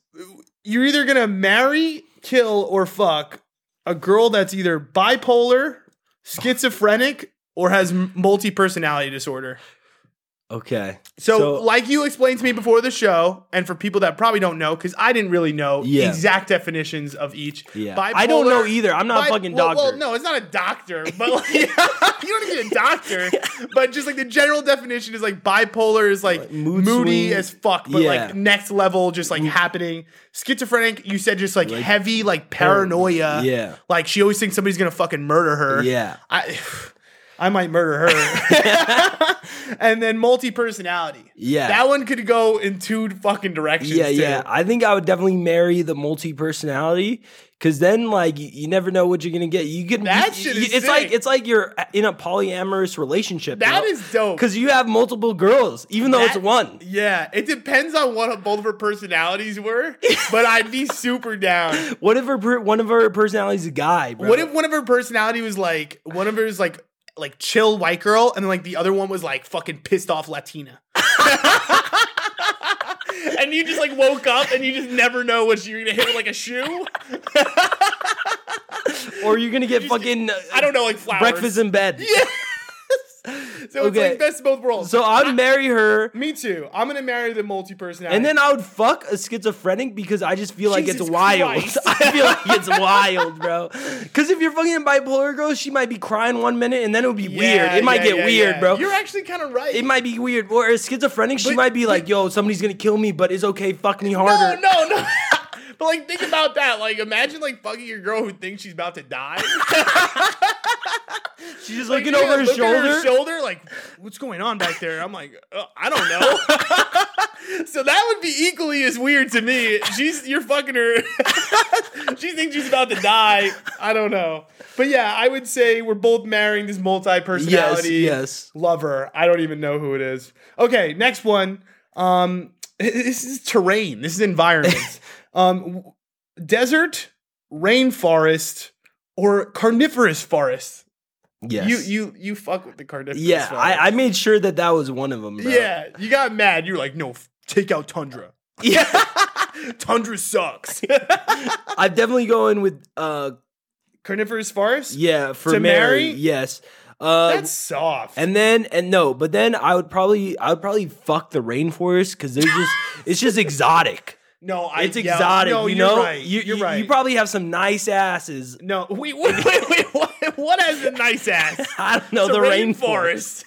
[SPEAKER 1] You're either gonna marry, kill, or fuck a girl that's either bipolar, schizophrenic, or has multi personality disorder.
[SPEAKER 2] One? Okay.
[SPEAKER 1] So,
[SPEAKER 2] So-
[SPEAKER 1] like you explained to me before the show, and for people that probably don't know, because I didn't really know
[SPEAKER 2] Yeah.
[SPEAKER 1] the exact definitions of each.
[SPEAKER 2] Yeah. I don't know either. I'm not a
[SPEAKER 1] bi-
[SPEAKER 2] fucking
[SPEAKER 1] well-
[SPEAKER 2] doctor.
[SPEAKER 1] Well, no, it's not a doctor, but like, you don't need a doctor. But just like the general definition is like bipolar is like
[SPEAKER 2] mood
[SPEAKER 1] moody
[SPEAKER 2] swing.
[SPEAKER 1] as fuck, but
[SPEAKER 2] Yeah.
[SPEAKER 1] like next level, just like happening. Schizophrenic, you said just like, heavy, like paranoia.
[SPEAKER 2] Oh, Yeah.
[SPEAKER 1] Like she always thinks somebody's gonna fucking murder her.
[SPEAKER 2] Yeah.
[SPEAKER 1] I I might murder her. and then multi personality.
[SPEAKER 2] Yeah.
[SPEAKER 1] That one could go in two fucking directions.
[SPEAKER 2] Yeah,
[SPEAKER 1] too.
[SPEAKER 2] yeah. I think I would definitely marry the multi personality because then, like, you, you never know what you're gonna get. You can
[SPEAKER 1] That
[SPEAKER 2] you-
[SPEAKER 1] shit
[SPEAKER 2] you-
[SPEAKER 1] is
[SPEAKER 2] It's like
[SPEAKER 1] sick.
[SPEAKER 2] it's like you're in a polyamorous relationship.
[SPEAKER 1] That is dope.
[SPEAKER 2] because you have multiple girls, even though it's
[SPEAKER 1] That-
[SPEAKER 2] one.
[SPEAKER 1] Yeah, it depends on what both of her personalities were, but I'd be super down.
[SPEAKER 2] What if her per- one of her personalities is a guy? Bro?
[SPEAKER 1] What if one of her personality was like one of her is like like chill white girl, and then like the other one was like fucking pissed off Latina. and you just like woke up and you just never know what you're gonna hit with like a shoe.
[SPEAKER 2] or you're gonna get fucking uh,
[SPEAKER 1] I don't know, like flowers.
[SPEAKER 2] breakfast in bed?
[SPEAKER 1] So it's
[SPEAKER 2] Okay.
[SPEAKER 1] like best of both worlds.
[SPEAKER 2] So I'd marry her.
[SPEAKER 1] Me too. I'm gonna marry the multi personality.
[SPEAKER 2] And then I would fuck a schizophrenic because I just feel like it's
[SPEAKER 1] Jesus
[SPEAKER 2] wild.
[SPEAKER 1] Christ.
[SPEAKER 2] I feel like it's wild, bro. Because if you're fucking a bipolar girl, she might be crying one minute and then it would be weird. It might get weird, bro.
[SPEAKER 1] You're actually kind of right.
[SPEAKER 2] it might be weird. Or a schizophrenic, she
[SPEAKER 1] But-
[SPEAKER 2] might be like, yo, somebody's gonna kill me, but it's okay, fuck me
[SPEAKER 1] no,
[SPEAKER 2] harder.
[SPEAKER 1] Oh, no, no. but like, think about that. Like, imagine like fucking your girl who thinks she's about to die.
[SPEAKER 2] She's just
[SPEAKER 1] Like,
[SPEAKER 2] looking
[SPEAKER 1] yeah,
[SPEAKER 2] over her
[SPEAKER 1] look at
[SPEAKER 2] shoulder.
[SPEAKER 1] shoulder, like, what's going on back there? I'm like, uh, I don't know. so that would be equally as weird to me. She's you're fucking her. she thinks she's about to die. I don't know. But yeah, I would say we're both marrying this multi
[SPEAKER 2] Yes,
[SPEAKER 1] personality
[SPEAKER 2] yes.
[SPEAKER 1] lover. I don't even know who it is. Okay, next one. Um, this is terrain. This is environment. um, w- desert, rainforest, or carnivorous forest.
[SPEAKER 2] Yes.
[SPEAKER 1] You you you fuck with the carnivorous.
[SPEAKER 2] yeah,
[SPEAKER 1] forest.
[SPEAKER 2] I, I made sure that that was one of them, bro.
[SPEAKER 1] yeah. You got mad. You're like, no, f- take out tundra.
[SPEAKER 2] yeah.
[SPEAKER 1] Tundra sucks.
[SPEAKER 2] I'm definitely going with, uh,
[SPEAKER 1] carnivorous forest.
[SPEAKER 2] yeah, for
[SPEAKER 1] To marry?
[SPEAKER 2] Mary. Yes. Uh,
[SPEAKER 1] That's soft.
[SPEAKER 2] And then and no, but then I would probably I would probably fuck the rainforest because they're just it's just exotic.
[SPEAKER 1] no, I,
[SPEAKER 2] It's
[SPEAKER 1] yeah,
[SPEAKER 2] exotic,
[SPEAKER 1] no,
[SPEAKER 2] you
[SPEAKER 1] you're
[SPEAKER 2] know.
[SPEAKER 1] right.
[SPEAKER 2] You,
[SPEAKER 1] You're
[SPEAKER 2] you-
[SPEAKER 1] right.
[SPEAKER 2] You probably have some nice asses.
[SPEAKER 1] no, wait, wait, wait, wait. What, what has a nice ass?
[SPEAKER 2] I don't know
[SPEAKER 1] It's a
[SPEAKER 2] the rainforest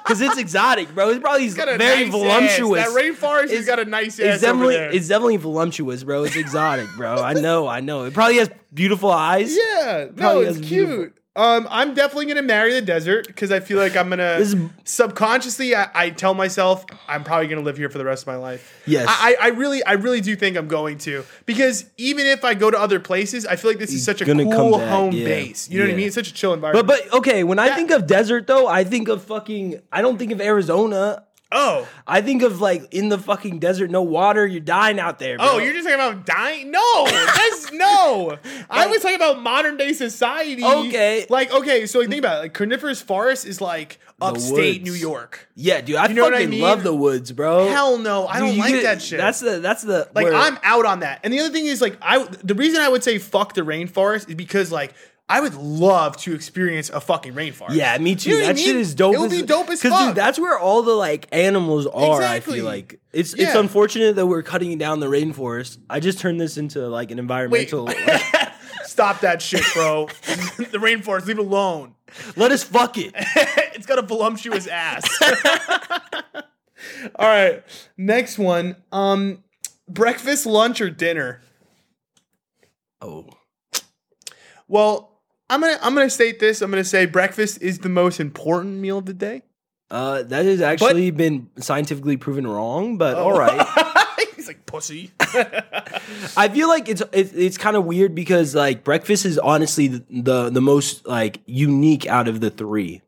[SPEAKER 2] because it's exotic, bro. It's probably
[SPEAKER 1] It's got a
[SPEAKER 2] very
[SPEAKER 1] nice
[SPEAKER 2] voluptuous.
[SPEAKER 1] Ass. That rainforest has
[SPEAKER 2] It's-
[SPEAKER 1] got a nice ass
[SPEAKER 2] it's definitely
[SPEAKER 1] over there.
[SPEAKER 2] it's definitely voluptuous, bro. It's exotic, bro. I know, I know. It probably has beautiful eyes.
[SPEAKER 1] yeah, no,
[SPEAKER 2] probably
[SPEAKER 1] it's
[SPEAKER 2] has
[SPEAKER 1] cute.
[SPEAKER 2] beautiful-
[SPEAKER 1] Um, I'm definitely gonna marry the desert because I feel like I'm gonna
[SPEAKER 2] This is-
[SPEAKER 1] subconsciously. I, I tell myself I'm probably gonna live here for the rest of my life.
[SPEAKER 2] Yes.
[SPEAKER 1] I, I I really, I really do think I'm going to because even if I go to other places, I feel like this is such a
[SPEAKER 2] gonna
[SPEAKER 1] cool
[SPEAKER 2] come back,
[SPEAKER 1] home
[SPEAKER 2] yeah,
[SPEAKER 1] base. You know what
[SPEAKER 2] yeah.
[SPEAKER 1] I mean? It's such a chill
[SPEAKER 2] But
[SPEAKER 1] environment.
[SPEAKER 2] but okay, when I
[SPEAKER 1] That-
[SPEAKER 2] think of desert though, I think of fucking. I don't think of Arizona.
[SPEAKER 1] Oh,
[SPEAKER 2] I think of like in the fucking desert, no water, you're dying out there. Bro.
[SPEAKER 1] oh, you're just talking about dying? No, that's no. I was talking about modern day society.
[SPEAKER 2] Okay.
[SPEAKER 1] like okay, so think about it. Like coniferous forest is like upstate
[SPEAKER 2] woods.
[SPEAKER 1] New York.
[SPEAKER 2] yeah, dude. I
[SPEAKER 1] You know what I
[SPEAKER 2] fucking
[SPEAKER 1] mean?
[SPEAKER 2] love the woods, bro.
[SPEAKER 1] Hell no, I
[SPEAKER 2] Dude,
[SPEAKER 1] don't
[SPEAKER 2] you
[SPEAKER 1] like
[SPEAKER 2] get-
[SPEAKER 1] that shit.
[SPEAKER 2] That's the that's the
[SPEAKER 1] Like
[SPEAKER 2] where-
[SPEAKER 1] I'm out on that. And the other thing is like I the reason I would say fuck the rainforest is because like I would love to experience a fucking rainforest.
[SPEAKER 2] Yeah, me too.
[SPEAKER 1] You know what I
[SPEAKER 2] that shit
[SPEAKER 1] mean?
[SPEAKER 2] is dope.
[SPEAKER 1] It would
[SPEAKER 2] as-
[SPEAKER 1] be dope as
[SPEAKER 2] 'cause,
[SPEAKER 1] fuck.
[SPEAKER 2] Dude, that's where all the like animals are. I
[SPEAKER 1] Exactly.
[SPEAKER 2] feel like it's it's
[SPEAKER 1] Yeah.
[SPEAKER 2] unfortunate that we're cutting down the rainforest. I just turned this into like an environmental.
[SPEAKER 1] Stop that shit, bro. the rainforest, leave it alone.
[SPEAKER 2] let us fuck it.
[SPEAKER 1] it's got a voluptuous ass. All right. Next one. Um breakfast, lunch or dinner?
[SPEAKER 2] Oh,
[SPEAKER 1] Well, I'm going to I'm going to state this. I'm going to say breakfast is the most important meal of the day.
[SPEAKER 2] uh, that has actually been scientifically proven wrong, but
[SPEAKER 1] Oh.
[SPEAKER 2] all right.
[SPEAKER 1] He's like pussy.
[SPEAKER 2] I feel like it's it's, it's kind of weird because like breakfast is honestly the, the the most like unique out of the three.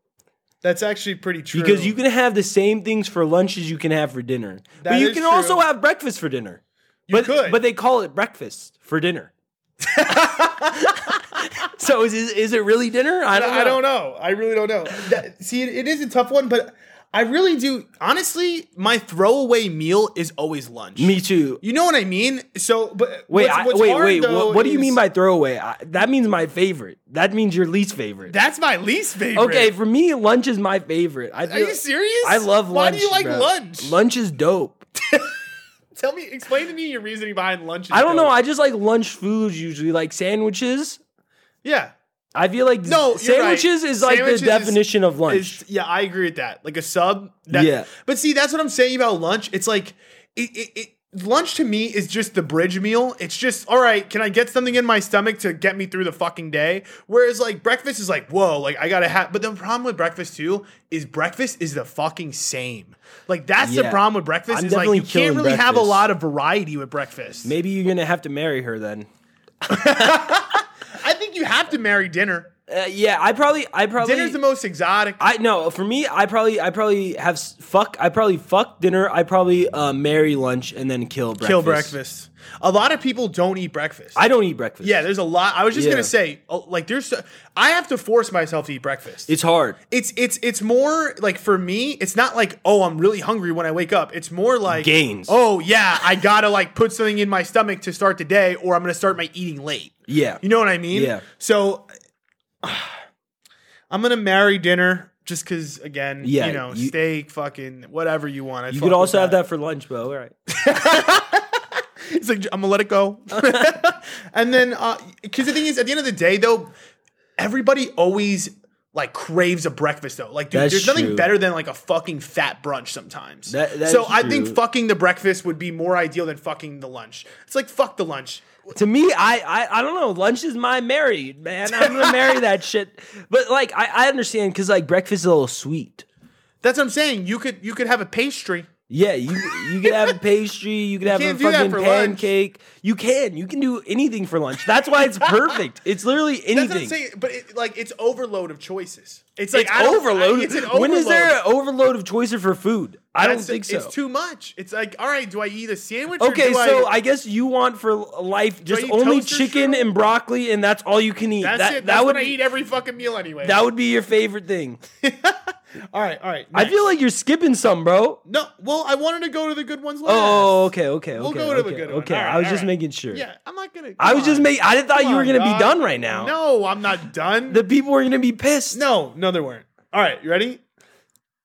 [SPEAKER 1] That's actually pretty true.
[SPEAKER 2] Because you can have the same things for lunch as you can have for dinner. but
[SPEAKER 1] That
[SPEAKER 2] you
[SPEAKER 1] is
[SPEAKER 2] can
[SPEAKER 1] true.
[SPEAKER 2] also have breakfast for dinner.
[SPEAKER 1] You
[SPEAKER 2] but,
[SPEAKER 1] could.
[SPEAKER 2] But they call it breakfast for dinner. so is, is is it really dinner? I don't know.
[SPEAKER 1] I don't know. I really don't know. That- see, it, it is a tough one, but I really do. Honestly, my throwaway meal is always lunch.
[SPEAKER 2] Me too.
[SPEAKER 1] You know what I mean? So, but
[SPEAKER 2] Wait,
[SPEAKER 1] what's-
[SPEAKER 2] I,
[SPEAKER 1] what's
[SPEAKER 2] wait,
[SPEAKER 1] hard,
[SPEAKER 2] wait.
[SPEAKER 1] though,
[SPEAKER 2] What, what do you
[SPEAKER 1] is-
[SPEAKER 2] mean by throwaway? I, that means my favorite. That means your least favorite.
[SPEAKER 1] That's my least favorite.
[SPEAKER 2] okay, for me, lunch is my favorite. I
[SPEAKER 1] Are
[SPEAKER 2] feel,
[SPEAKER 1] you serious?
[SPEAKER 2] I love lunch.
[SPEAKER 1] Why do you like
[SPEAKER 2] bro.
[SPEAKER 1] lunch?
[SPEAKER 2] Lunch is dope.
[SPEAKER 1] Tell me, explain to me your reasoning behind lunch. is
[SPEAKER 2] I don't
[SPEAKER 1] dope.
[SPEAKER 2] know. I just like lunch foods usually, like sandwiches.
[SPEAKER 1] yeah.
[SPEAKER 2] I feel like
[SPEAKER 1] No, you're
[SPEAKER 2] sandwiches
[SPEAKER 1] right.
[SPEAKER 2] is like
[SPEAKER 1] Sandwiches
[SPEAKER 2] the
[SPEAKER 1] is-
[SPEAKER 2] definition of lunch.
[SPEAKER 1] It's, yeah, I agree with that. Like a sub. That,
[SPEAKER 2] Yeah.
[SPEAKER 1] But see, that's what I'm saying about lunch. It's like it, it, it, lunch to me is just the bridge meal. It's just all right. Can I get something in my stomach to get me through the fucking day? Whereas like breakfast is like whoa, like I gotta have. But the problem with breakfast too is breakfast is the fucking same. Like that's the
[SPEAKER 2] Yeah.
[SPEAKER 1] problem with breakfast
[SPEAKER 2] I'm
[SPEAKER 1] is like
[SPEAKER 2] definitely
[SPEAKER 1] you can't
[SPEAKER 2] killing
[SPEAKER 1] really have a
[SPEAKER 2] breakfast.
[SPEAKER 1] lot of variety with breakfast.
[SPEAKER 2] Maybe you're gonna have to marry her then.
[SPEAKER 1] I think you have to marry dinner.
[SPEAKER 2] Uh, yeah, I probably, I probably,
[SPEAKER 1] Dinner's the most exotic.
[SPEAKER 2] I no, for me, I probably, I probably have s- fuck, I probably fuck dinner, I probably uh, marry lunch and then kill breakfast.
[SPEAKER 1] Kill breakfast. A lot of people don't eat breakfast.
[SPEAKER 2] I don't eat breakfast.
[SPEAKER 1] Yeah, there's a lot. I was just
[SPEAKER 2] Yeah.
[SPEAKER 1] gonna say, oh, like, there's. I have to force myself to eat breakfast.
[SPEAKER 2] it's hard.
[SPEAKER 1] It's it's it's more like for me, it's not like oh I'm really hungry when I wake up. It's more like
[SPEAKER 2] Gains.
[SPEAKER 1] Oh yeah, I gotta like put something in my stomach to start the day, or I'm gonna start my eating late.
[SPEAKER 2] Yeah,
[SPEAKER 1] You know what I mean?
[SPEAKER 2] Yeah.
[SPEAKER 1] So I'm gonna marry dinner just because again,
[SPEAKER 2] Yeah,
[SPEAKER 1] you know,
[SPEAKER 2] you-
[SPEAKER 1] steak, fucking whatever you want. I
[SPEAKER 2] you
[SPEAKER 1] fuck
[SPEAKER 2] could
[SPEAKER 1] with
[SPEAKER 2] also have that for lunch, bro. All right.
[SPEAKER 1] It's like I'm gonna let it go. and then, because the thing is, at the end of the day, though, everybody always like craves a breakfast though. Like, dude,
[SPEAKER 2] That's
[SPEAKER 1] there's nothing
[SPEAKER 2] true.
[SPEAKER 1] better than like a fucking fat brunch sometimes.
[SPEAKER 2] That- that
[SPEAKER 1] so
[SPEAKER 2] is
[SPEAKER 1] I think
[SPEAKER 2] true.
[SPEAKER 1] fucking the breakfast would be more ideal than fucking the lunch. It's like fuck the lunch.
[SPEAKER 2] to me, I, I I don't know. Lunch is my married man. I'm gonna marry that shit. But like, I I understand because like breakfast is a little sweet.
[SPEAKER 1] That's what I'm saying. You could you could have a pastry.
[SPEAKER 2] Yeah, you you could have a pastry, you could have a
[SPEAKER 1] can't do that
[SPEAKER 2] fucking
[SPEAKER 1] for lunch.
[SPEAKER 2] pancake. You can, you can do anything for lunch. That's why it's perfect. It's literally
[SPEAKER 1] That's what
[SPEAKER 2] anything.
[SPEAKER 1] I'm saying. But it, like, it's overload of choices. It's like
[SPEAKER 2] It's
[SPEAKER 1] I don't- I-
[SPEAKER 2] overload.
[SPEAKER 1] it's an overload.
[SPEAKER 2] When is there an overload of choices for food? I don't
[SPEAKER 1] That's-
[SPEAKER 2] think so.
[SPEAKER 1] It's too much. It's like, all right, do I eat a sandwich? or
[SPEAKER 2] okay,
[SPEAKER 1] do
[SPEAKER 2] so
[SPEAKER 1] I
[SPEAKER 2] I guess you want for life just
[SPEAKER 1] eat
[SPEAKER 2] only
[SPEAKER 1] toaster
[SPEAKER 2] chicken
[SPEAKER 1] strudel?
[SPEAKER 2] and broccoli, and that's all you can eat.
[SPEAKER 1] That's
[SPEAKER 2] that
[SPEAKER 1] it.
[SPEAKER 2] that
[SPEAKER 1] That's
[SPEAKER 2] would
[SPEAKER 1] what I
[SPEAKER 2] be-
[SPEAKER 1] eat every fucking meal anyway.
[SPEAKER 2] that would be your favorite thing.
[SPEAKER 1] all right, all right.
[SPEAKER 2] I feel like you're skipping some, bro.
[SPEAKER 1] no. Well, I wanted to go to the good ones last.
[SPEAKER 2] Oh, okay, okay, okay.
[SPEAKER 1] We'll go to
[SPEAKER 2] okay,
[SPEAKER 1] the good one.
[SPEAKER 2] Okay,
[SPEAKER 1] All right,
[SPEAKER 2] I was
[SPEAKER 1] all
[SPEAKER 2] just
[SPEAKER 1] right.
[SPEAKER 2] making sure.
[SPEAKER 1] Yeah, I'm not gonna.
[SPEAKER 2] I was
[SPEAKER 1] come
[SPEAKER 2] just
[SPEAKER 1] on.
[SPEAKER 2] making. I didn't thought
[SPEAKER 1] Come
[SPEAKER 2] you were
[SPEAKER 1] on,
[SPEAKER 2] gonna
[SPEAKER 1] dog.
[SPEAKER 2] be done right now.
[SPEAKER 1] No, I'm not done.
[SPEAKER 2] the people were gonna be pissed.
[SPEAKER 1] no, no, they weren't. All right, you ready?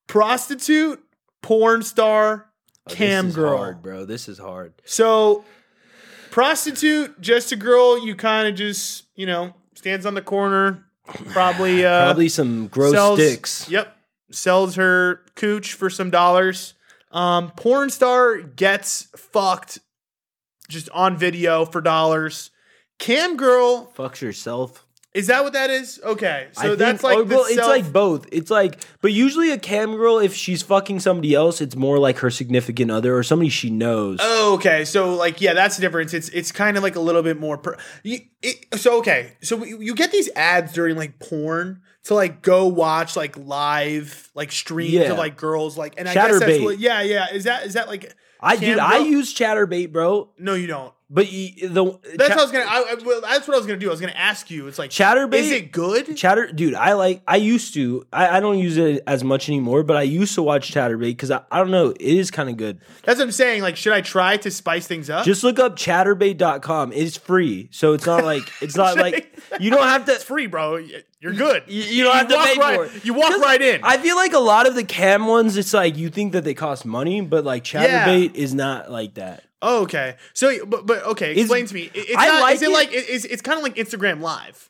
[SPEAKER 1] Prostitute, porn star, cam
[SPEAKER 2] Oh, this is
[SPEAKER 1] girl.
[SPEAKER 2] hard, bro. This is hard.
[SPEAKER 1] So, prostitute, just a girl. You kind of just you know stands on the corner, probably uh,
[SPEAKER 2] Probably some gross
[SPEAKER 1] sells,
[SPEAKER 2] sticks.
[SPEAKER 1] Yep. Sells her cooch for some dollars. Um, porn star gets fucked just on video for dollars. Cam girl
[SPEAKER 2] Fucks yourself.
[SPEAKER 1] Is that what that is? Okay, so
[SPEAKER 2] I think-
[SPEAKER 1] that's like
[SPEAKER 2] oh,
[SPEAKER 1] the
[SPEAKER 2] well, it's
[SPEAKER 1] self-
[SPEAKER 2] like both. It's like, but usually a cam girl, if she's fucking somebody else, it's more like her significant other or somebody she knows.
[SPEAKER 1] Oh, okay. So like, yeah, that's the difference. It's it's kind of like a little bit more. Per- you, it, so okay, so you you get these ads during like porn to like go watch like live like streams
[SPEAKER 2] Yeah.
[SPEAKER 1] of like girls like and I guess that's
[SPEAKER 2] Chatterbait.
[SPEAKER 1] what. Yeah, yeah. Is that is that like?
[SPEAKER 2] I dude,
[SPEAKER 1] Cam
[SPEAKER 2] I
[SPEAKER 1] girl-
[SPEAKER 2] use ChatterBait, bro.
[SPEAKER 1] No, you don't.
[SPEAKER 2] But y- the
[SPEAKER 1] That's
[SPEAKER 2] Chat-
[SPEAKER 1] what I was gonna. I, I, well, that's what I was gonna do. I was gonna ask you. It's like
[SPEAKER 2] ChatterBait-
[SPEAKER 1] Is it good?
[SPEAKER 2] Chatter, dude, I like. I used to. I, I don't use it as much anymore, but I used to watch ChatterBait because I, I don't know. It is kind of good.
[SPEAKER 1] That's what I'm saying. Like, should I try to spice things up?
[SPEAKER 2] Just look up ChatterBait.com. It's free, so it's not like it's not like you don't have to.
[SPEAKER 1] it's free, bro. You're good.
[SPEAKER 2] You, you don't have to
[SPEAKER 1] walk
[SPEAKER 2] pay
[SPEAKER 1] right,
[SPEAKER 2] for it.
[SPEAKER 1] You walk
[SPEAKER 2] Because
[SPEAKER 1] right in.
[SPEAKER 2] I feel like a lot of the cam ones, it's like you think that they cost money, but like
[SPEAKER 1] Yeah.
[SPEAKER 2] ChatterBait is not like that.
[SPEAKER 1] Oh, okay. So, but, but okay, explain to me. It- It's
[SPEAKER 2] I
[SPEAKER 1] not,
[SPEAKER 2] like
[SPEAKER 1] is it,
[SPEAKER 2] it.
[SPEAKER 1] like it- it's, it's kind of like Instagram Live,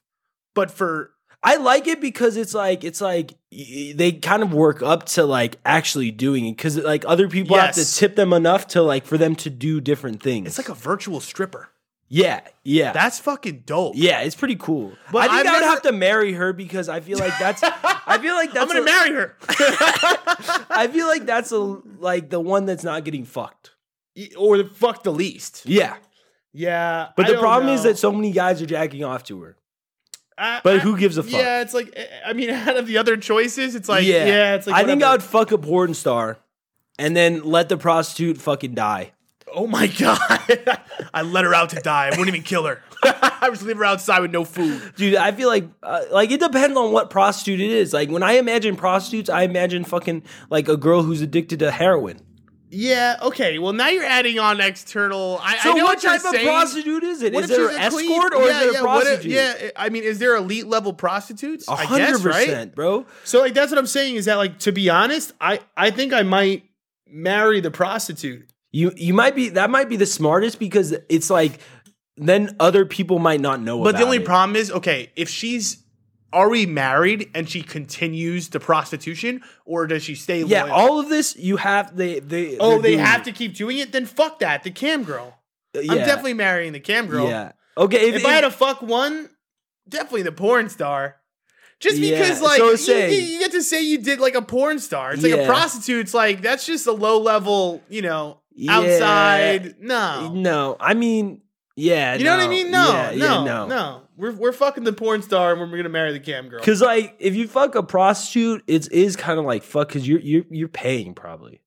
[SPEAKER 1] but for
[SPEAKER 2] I like it because it's like it's like y- y- they kind of work up to like actually doing it because like other people have
[SPEAKER 1] Yes.
[SPEAKER 2] to tip them enough to like for them to do different things.
[SPEAKER 1] it's like a virtual stripper.
[SPEAKER 2] yeah, yeah,
[SPEAKER 1] That's fucking dope.
[SPEAKER 2] yeah. It's pretty cool.
[SPEAKER 1] But
[SPEAKER 2] I think
[SPEAKER 1] I've
[SPEAKER 2] I would
[SPEAKER 1] never-
[SPEAKER 2] have to marry her because I feel like that's I feel like that's
[SPEAKER 1] I'm gonna
[SPEAKER 2] a-
[SPEAKER 1] marry her.
[SPEAKER 2] I feel like that's a like the one that's not getting fucked.
[SPEAKER 1] or the fuck the least.
[SPEAKER 2] Yeah,
[SPEAKER 1] Yeah,
[SPEAKER 2] but
[SPEAKER 1] I
[SPEAKER 2] the
[SPEAKER 1] don't
[SPEAKER 2] problem is
[SPEAKER 1] know.
[SPEAKER 2] that so many guys are jacking off to her.
[SPEAKER 1] I-
[SPEAKER 2] But
[SPEAKER 1] I-
[SPEAKER 2] who gives a fuck?
[SPEAKER 1] Yeah, it's like eh, I mean, out of the other choices, it's like yeah, it's like
[SPEAKER 2] I think
[SPEAKER 1] whatever.
[SPEAKER 2] I would fuck a porn star, and then let the prostitute fucking die.
[SPEAKER 1] Oh my god, I let her out to die. I wouldn't even kill her. I would just leave her outside with no food.
[SPEAKER 2] Dude, I feel like uh, like it depends on what prostitute it is. Like when I imagine prostitutes, I imagine fucking like a girl who's addicted to heroin.
[SPEAKER 1] Yeah. Okay. Well, now you're adding on external. I,
[SPEAKER 2] So
[SPEAKER 1] I know
[SPEAKER 2] what
[SPEAKER 1] you're
[SPEAKER 2] type of
[SPEAKER 1] saying.
[SPEAKER 2] prostitute is it?
[SPEAKER 1] What
[SPEAKER 2] Is
[SPEAKER 1] if
[SPEAKER 2] there an
[SPEAKER 1] she's a
[SPEAKER 2] escort
[SPEAKER 1] queen?
[SPEAKER 2] or
[SPEAKER 1] Yeah,
[SPEAKER 2] is there
[SPEAKER 1] yeah,
[SPEAKER 2] a
[SPEAKER 1] what if-
[SPEAKER 2] prostitute?
[SPEAKER 1] yeah, I mean, is there elite level prostitutes?
[SPEAKER 2] A
[SPEAKER 1] I guess,
[SPEAKER 2] hundred
[SPEAKER 1] right?
[SPEAKER 2] percent, bro.
[SPEAKER 1] So like that's what I'm saying is that like to be honest, I I think I might marry the prostitute.
[SPEAKER 2] You you might be that might be the smartest because it's like then other people might not know.
[SPEAKER 1] But the
[SPEAKER 2] about
[SPEAKER 1] only
[SPEAKER 2] it.
[SPEAKER 1] problem is okay, if she's already married and she continues the prostitution or does she stay
[SPEAKER 2] yeah,
[SPEAKER 1] loyal?
[SPEAKER 2] all of this you have they they
[SPEAKER 1] oh,
[SPEAKER 2] they're
[SPEAKER 1] they
[SPEAKER 2] doing
[SPEAKER 1] have
[SPEAKER 2] it.
[SPEAKER 1] to keep doing it, then fuck that, the cam girl. I'm
[SPEAKER 2] Yeah,
[SPEAKER 1] definitely marrying the cam girl.
[SPEAKER 2] yeah. Okay,
[SPEAKER 1] If I had to fuck one, definitely the porn star. Just
[SPEAKER 2] Yeah,
[SPEAKER 1] because,
[SPEAKER 2] so
[SPEAKER 1] like,
[SPEAKER 2] I
[SPEAKER 1] you,
[SPEAKER 2] was saying-
[SPEAKER 1] you get to say you did like a porn star. It's like a
[SPEAKER 2] Yeah.
[SPEAKER 1] prostitute's like that's just a low level, you know,
[SPEAKER 2] Yeah.
[SPEAKER 1] outside. No,
[SPEAKER 2] No, I mean, yeah.
[SPEAKER 1] you know what I mean? No,
[SPEAKER 2] yeah, yeah,
[SPEAKER 1] no, no, We're we're fucking the porn star, and we're gonna marry the cam girl.
[SPEAKER 2] Because like, if you fuck a prostitute, it is kind of like fuck because you're you're you're paying probably.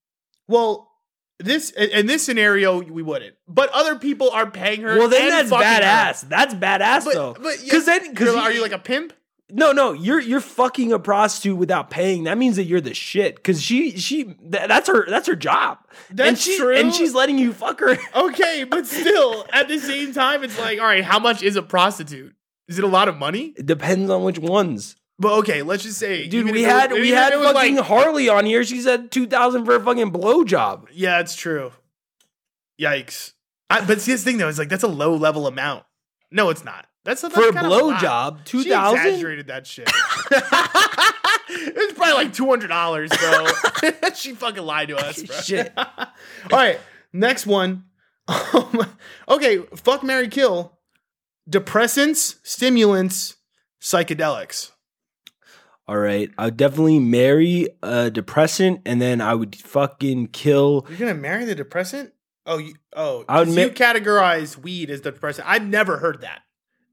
[SPEAKER 1] Well, this in- in this scenario we wouldn't, but other people are paying her.
[SPEAKER 2] well, then
[SPEAKER 1] and
[SPEAKER 2] that's
[SPEAKER 1] fucking her.
[SPEAKER 2] badass. That's badass though.
[SPEAKER 1] But but
[SPEAKER 2] Because then, because
[SPEAKER 1] are you like a pimp?
[SPEAKER 2] no, no, you're you're fucking a prostitute without paying. That means that you're the shit. Because she she th- that's her that's her job. and
[SPEAKER 1] That's
[SPEAKER 2] she,
[SPEAKER 1] true.
[SPEAKER 2] And she's letting you fuck her.
[SPEAKER 1] Okay, but still, at the same time, it's like, all right, how much is a prostitute? Is it a lot of money?
[SPEAKER 2] It depends on which ones,
[SPEAKER 1] But okay, let's just say,
[SPEAKER 2] dude.
[SPEAKER 1] even
[SPEAKER 2] We
[SPEAKER 1] if it
[SPEAKER 2] had
[SPEAKER 1] was-
[SPEAKER 2] we
[SPEAKER 1] even if
[SPEAKER 2] had
[SPEAKER 1] it was
[SPEAKER 2] fucking
[SPEAKER 1] like-
[SPEAKER 2] Harley on here. She said two thousand for a fucking blowjob.
[SPEAKER 1] yeah, it's true. Yikes! I, but see, this thing though is like that's a low level amount. No, it's not. That's that's
[SPEAKER 2] For a
[SPEAKER 1] kind of lot.
[SPEAKER 2] blowjob, two
[SPEAKER 1] She
[SPEAKER 2] thousand.
[SPEAKER 1] exaggerated that shit. it's probably like two hundred dollars, bro. she fucking lied to us, bro.
[SPEAKER 2] Shit.
[SPEAKER 1] All right, next one. Um, okay, fuck Mary Kill. Depressants, stimulants, psychedelics.
[SPEAKER 2] All right, I would definitely marry a depressant, and then I would fucking kill.
[SPEAKER 1] You're gonna marry the depressant? Oh, you, oh!
[SPEAKER 2] I would
[SPEAKER 1] 'cause
[SPEAKER 2] ma-
[SPEAKER 1] you categorize weed as the depressant. I've never heard that.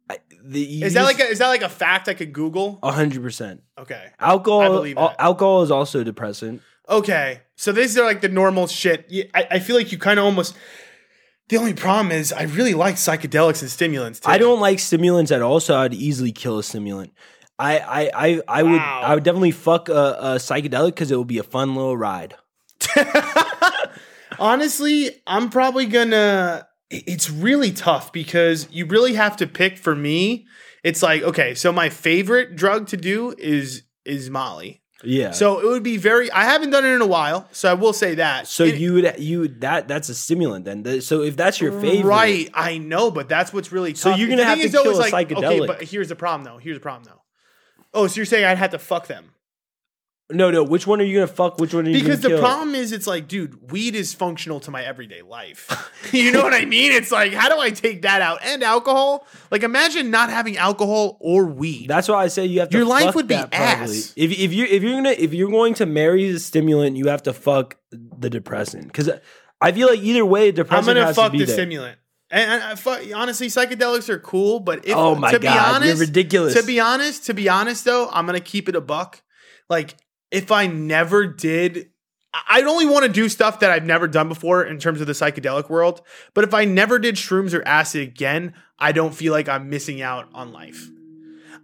[SPEAKER 2] I- The,
[SPEAKER 1] Is that like a, is that like a fact I could Google?
[SPEAKER 2] hundred percent?
[SPEAKER 1] Okay, I
[SPEAKER 2] Alcohol.
[SPEAKER 1] believe
[SPEAKER 2] al-
[SPEAKER 1] that.
[SPEAKER 2] alcohol is also a depressant.
[SPEAKER 1] okay. So these are like the normal shit. You- I, I feel like you kind of almost. The only problem is I really like psychedelics and stimulants. Too.
[SPEAKER 2] I don't like stimulants at all, so I'd easily kill a stimulant. I I I, I would
[SPEAKER 1] Wow.
[SPEAKER 2] I would definitely fuck a, a psychedelic because it would be a fun little ride.
[SPEAKER 1] Honestly, I'm probably gonna. it- It's really tough because you really have to pick. For me, it's like okay. So my favorite drug to do is is Molly.
[SPEAKER 2] Yeah. So
[SPEAKER 1] So it would be very. I haven't done it in a while, so I will say that.
[SPEAKER 2] so
[SPEAKER 1] It-
[SPEAKER 2] you would you would- that that's a stimulant then. Th- So if that's your favorite,
[SPEAKER 1] right? I know, but that's what's really.
[SPEAKER 2] So
[SPEAKER 1] tough.
[SPEAKER 2] you're gonna
[SPEAKER 1] The
[SPEAKER 2] have
[SPEAKER 1] thing
[SPEAKER 2] to
[SPEAKER 1] is, though,
[SPEAKER 2] kill
[SPEAKER 1] is
[SPEAKER 2] a
[SPEAKER 1] like, Okay,
[SPEAKER 2] psychedelic.
[SPEAKER 1] but here's the problem, though. Here's the problem, though. Oh, so you're saying I'd have to fuck them?
[SPEAKER 2] No, no. Which one are you gonna fuck? Which one are you
[SPEAKER 1] Because the
[SPEAKER 2] gonna kill?
[SPEAKER 1] problem is, it's like, dude, weed is functional to my everyday life. you know what I mean? It's like, how do I take that out? And alcohol? Like, imagine not having alcohol or weed.
[SPEAKER 2] That's why I say you have to.
[SPEAKER 1] Your life
[SPEAKER 2] fuck
[SPEAKER 1] would be
[SPEAKER 2] that probably.
[SPEAKER 1] ass.
[SPEAKER 2] If if you if you're gonna if you're going to marry the stimulant, you have to fuck the depressant because I feel like either way, a
[SPEAKER 1] I'm
[SPEAKER 2] depressant
[SPEAKER 1] gonna
[SPEAKER 2] has
[SPEAKER 1] fuck
[SPEAKER 2] to
[SPEAKER 1] the
[SPEAKER 2] be there.
[SPEAKER 1] stimulant. And, and I fuck, honestly, psychedelics are cool, but if,
[SPEAKER 2] oh my
[SPEAKER 1] to
[SPEAKER 2] god,
[SPEAKER 1] be honest,
[SPEAKER 2] you're ridiculous.
[SPEAKER 1] to be honest, to be honest though, I'm gonna keep it a buck. Like, if I never did, I- I'd only want to do stuff that I've never done before in terms of the psychedelic world. But if I never did shrooms or acid again, I don't feel like I'm missing out on life.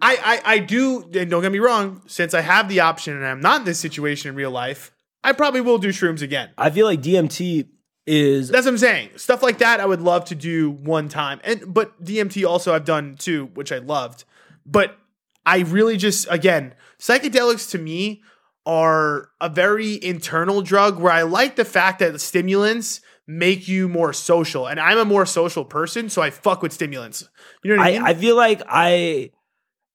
[SPEAKER 1] I, I, I do, and don't get me wrong, since I have the option and I'm not in this situation in real life, I probably will do shrooms again.
[SPEAKER 2] I feel like DMT is
[SPEAKER 1] That's what I'm saying. Stuff like that, I would love to do one time. And but DMT also I've done too, which I loved. But I really just again, psychedelics to me are a very internal drug where I like the fact that stimulants make you more social, and I'm a more social person, so I fuck with stimulants. You know what I, mean?
[SPEAKER 2] I, I feel like I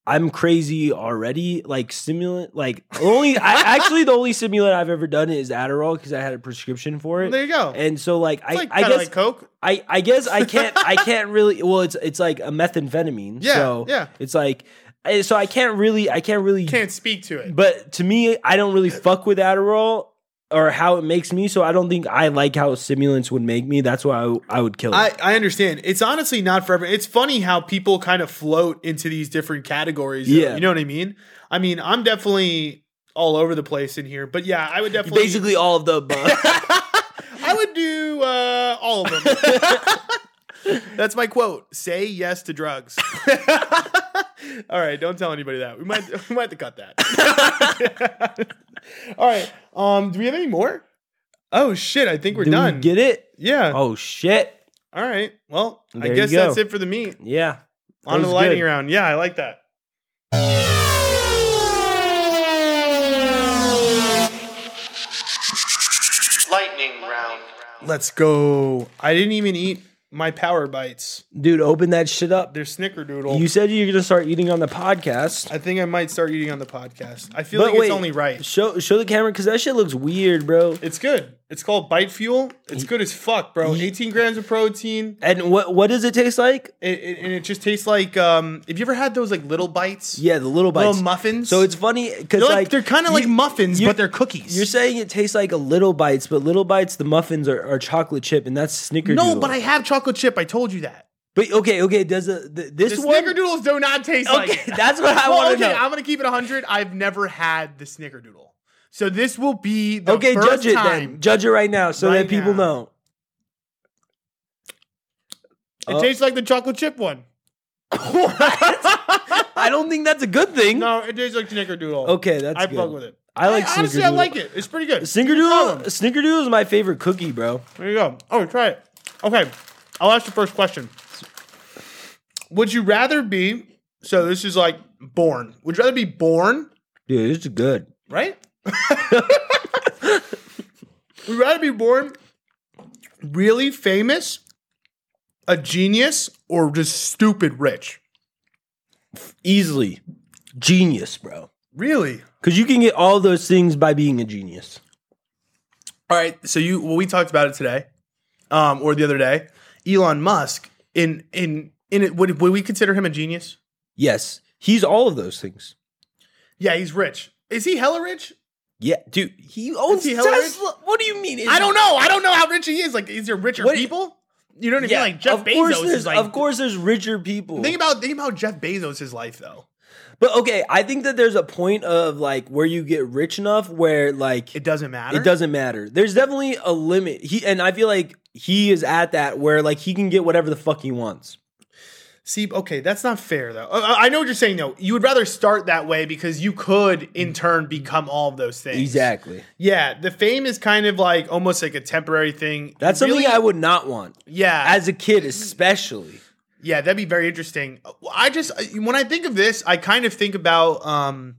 [SPEAKER 2] I'm crazy already. Like stimulant, like the only I actually the only stimulant I've ever done is Adderall because I had a prescription for
[SPEAKER 1] there
[SPEAKER 2] it.
[SPEAKER 1] you go.
[SPEAKER 2] And so like I,
[SPEAKER 1] it's like
[SPEAKER 2] I
[SPEAKER 1] kind of
[SPEAKER 2] guess
[SPEAKER 1] like Coke.
[SPEAKER 2] I, I guess I can't I can't really well it's it's like a methamphetamine.
[SPEAKER 1] Yeah,
[SPEAKER 2] So
[SPEAKER 1] yeah.
[SPEAKER 2] it's like I- so I can't really I can't really
[SPEAKER 1] Can't speak to it.
[SPEAKER 2] but to me I don't really fuck with Adderall or how it makes me, so I don't think I like how stimulants would make me. That's why I, I would kill it.
[SPEAKER 1] I, I understand. It's honestly not for everyone. It's funny how people kind of float into these different categories. though.
[SPEAKER 2] Yeah.
[SPEAKER 1] You know what I mean? I mean, I'm definitely all over the place in here, but yeah, I would definitely.
[SPEAKER 2] Basically all of the above.
[SPEAKER 1] I would do uh, all of them. That's my quote. Say yes to drugs. all right, don't tell anybody that. We might we might have to cut that. all right. Um, do we have any more? Oh shit, I think we're
[SPEAKER 2] Do we
[SPEAKER 1] done.
[SPEAKER 2] get it?
[SPEAKER 1] yeah.
[SPEAKER 2] Oh shit.
[SPEAKER 1] All right. Well,
[SPEAKER 2] There
[SPEAKER 1] I
[SPEAKER 2] you
[SPEAKER 1] guess
[SPEAKER 2] go.
[SPEAKER 1] that's it for the meat.
[SPEAKER 2] Yeah.
[SPEAKER 1] On to
[SPEAKER 2] was
[SPEAKER 1] the lighting
[SPEAKER 2] good.
[SPEAKER 1] round. Yeah, I like that.
[SPEAKER 3] Lightning round.
[SPEAKER 1] Let's go. I didn't even eat my power bites.
[SPEAKER 2] Dude, open that shit up.
[SPEAKER 1] They're snickerdoodle.
[SPEAKER 2] You said you're gonna start eating on the podcast.
[SPEAKER 1] I think I might start eating on the podcast. I feel
[SPEAKER 2] But
[SPEAKER 1] like
[SPEAKER 2] wait.
[SPEAKER 1] it's only right.
[SPEAKER 2] Show show the camera because that shit looks weird, bro.
[SPEAKER 1] It's good. It's called Bite Fuel. It's good as fuck, bro. 18 grams of protein.
[SPEAKER 2] And what what does it taste like?
[SPEAKER 1] It, it- and it just tastes like um have you ever had those like little bites?
[SPEAKER 2] Yeah, the little bites.
[SPEAKER 1] Little muffins.
[SPEAKER 2] So it's funny because
[SPEAKER 1] they're
[SPEAKER 2] like,
[SPEAKER 1] like, they're kind of like
[SPEAKER 2] you-
[SPEAKER 1] muffins,
[SPEAKER 2] you-
[SPEAKER 1] but they're cookies.
[SPEAKER 2] You're saying it tastes like a little bites, but little bites, the muffins are, are chocolate chip, and that's snickerdoodle.
[SPEAKER 1] no, but I have chocolate chip. I told you that.
[SPEAKER 2] But okay, okay. Does the, the, this
[SPEAKER 1] The
[SPEAKER 2] one?
[SPEAKER 1] snickerdoodles do not taste like
[SPEAKER 2] Okay,
[SPEAKER 1] it.
[SPEAKER 2] that's what I
[SPEAKER 1] Well,
[SPEAKER 2] want to
[SPEAKER 1] okay,
[SPEAKER 2] know.
[SPEAKER 1] I'm gonna keep it 100. I've never had the snickerdoodle, so this will be the
[SPEAKER 2] okay,
[SPEAKER 1] first
[SPEAKER 2] judge it
[SPEAKER 1] time.
[SPEAKER 2] then. Judge it right now, so
[SPEAKER 1] Right
[SPEAKER 2] that people
[SPEAKER 1] now.
[SPEAKER 2] know.
[SPEAKER 1] It tastes like the chocolate chip one.
[SPEAKER 2] I don't think that's a good thing.
[SPEAKER 1] No, it tastes like snickerdoodle.
[SPEAKER 2] Okay, that's
[SPEAKER 1] I
[SPEAKER 2] good.
[SPEAKER 1] fuck with it.
[SPEAKER 2] I like
[SPEAKER 1] honestly, I
[SPEAKER 2] snickerdoodle.
[SPEAKER 1] like it. It's pretty good.
[SPEAKER 2] Snickerdoodle,
[SPEAKER 1] Problem.
[SPEAKER 2] Snickerdoodle is my favorite cookie, bro.
[SPEAKER 1] There you go. Oh, try it. Okay, I'll ask the first question. Would you rather be? So this is like born. Would you rather be born
[SPEAKER 2] Dude, it's good.
[SPEAKER 1] right? We'd rather be born really famous, a genius, or just stupid rich.
[SPEAKER 2] Easily, genius, bro.
[SPEAKER 1] Really?
[SPEAKER 2] Because you can get all those things by being a genius.
[SPEAKER 1] All right. So you, well, we talked about it today, um, or the other day. Elon Musk in in in it, would would we consider him a genius?
[SPEAKER 2] Yes, he's all of those things.
[SPEAKER 1] Yeah, he's rich. Is he hella rich?
[SPEAKER 2] Yeah, dude, he owns
[SPEAKER 1] he hella
[SPEAKER 2] Tesla. What do you mean?
[SPEAKER 1] I don't know. I don't know how rich he is. Like, is there richer
[SPEAKER 2] What-
[SPEAKER 1] people? You know what I mean?
[SPEAKER 2] Yeah,
[SPEAKER 1] like Jeff
[SPEAKER 2] of course
[SPEAKER 1] Bezos
[SPEAKER 2] there's-
[SPEAKER 1] is like.
[SPEAKER 2] of course, there's richer people.
[SPEAKER 1] Think about think about Jeff Bezos' life though.
[SPEAKER 2] but okay, I think that there's a point of like where you get rich enough where like
[SPEAKER 1] It doesn't matter.
[SPEAKER 2] it doesn't matter. There's definitely a limit. He and I feel like he is at that where like he can get whatever the fuck he wants.
[SPEAKER 1] See, okay, that's not fair though. I, I know what you're saying though. You would rather start that way because you could, in turn, become all of those things.
[SPEAKER 2] Exactly.
[SPEAKER 1] Yeah, the fame is kind of like almost like a temporary thing.
[SPEAKER 2] That's
[SPEAKER 1] Really-
[SPEAKER 2] something I would not want
[SPEAKER 1] Yeah,
[SPEAKER 2] as a kid, especially.
[SPEAKER 1] yeah, that'd be very interesting. Uh, I just when I think of this, I kind of think about um,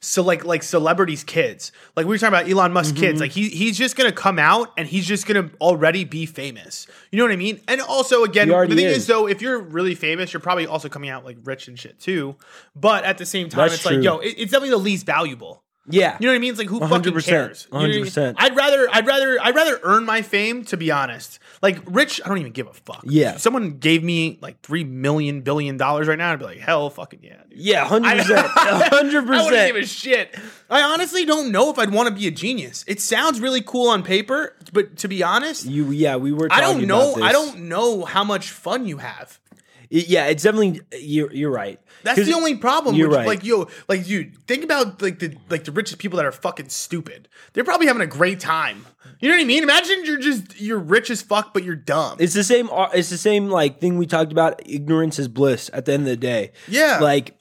[SPEAKER 1] so like like celebrities' kids. Like we were talking about Elon
[SPEAKER 2] Mm-hmm,
[SPEAKER 1] Musk kids. Like he he's just gonna come out and he's just gonna already be famous. You know what I mean? And also again,
[SPEAKER 2] He
[SPEAKER 1] the
[SPEAKER 2] already
[SPEAKER 1] thing is.
[SPEAKER 2] is.
[SPEAKER 1] though, if you're really famous, you're probably also coming out like rich and shit too. But at the same time,
[SPEAKER 2] That's
[SPEAKER 1] it's
[SPEAKER 2] true.
[SPEAKER 1] like yo, it- it's definitely the least valuable.
[SPEAKER 2] Yeah.
[SPEAKER 1] You know what I mean? It's like who fucking
[SPEAKER 2] 100%,
[SPEAKER 1] cares? You know what I mean?
[SPEAKER 2] 100%.
[SPEAKER 1] I'd rather I'd rather I'd rather earn my fame to be honest. Like rich, I don't even give a fuck.
[SPEAKER 2] Yeah.
[SPEAKER 1] If someone gave me like three million billion dollars right now, I'd be like, hell fucking yeah. dude.
[SPEAKER 2] yeah, hundred percent, hundred
[SPEAKER 1] I wouldn't give a
[SPEAKER 2] percent.
[SPEAKER 1] shit. I honestly don't know if I'd want to be a genius. It sounds really cool on paper, but to be honest,
[SPEAKER 2] You, yeah, we were.
[SPEAKER 1] I
[SPEAKER 2] Talking
[SPEAKER 1] don't know.
[SPEAKER 2] About this.
[SPEAKER 1] I don't know how much fun you have.
[SPEAKER 2] It- yeah, it's definitely. You're, you're right.
[SPEAKER 1] That's
[SPEAKER 2] 'Cause-
[SPEAKER 1] the only problem.
[SPEAKER 2] you're
[SPEAKER 1] which,
[SPEAKER 2] right.
[SPEAKER 1] Like yo, like you think about like the like the richest people that are fucking stupid. They're probably having a great time. You know what I mean? Imagine you're just you're rich as fuck, but you're dumb.
[SPEAKER 2] It's the same. ar- It's the same like thing we talked about. Ignorance is bliss. At the end of the day,
[SPEAKER 1] Yeah.
[SPEAKER 2] Like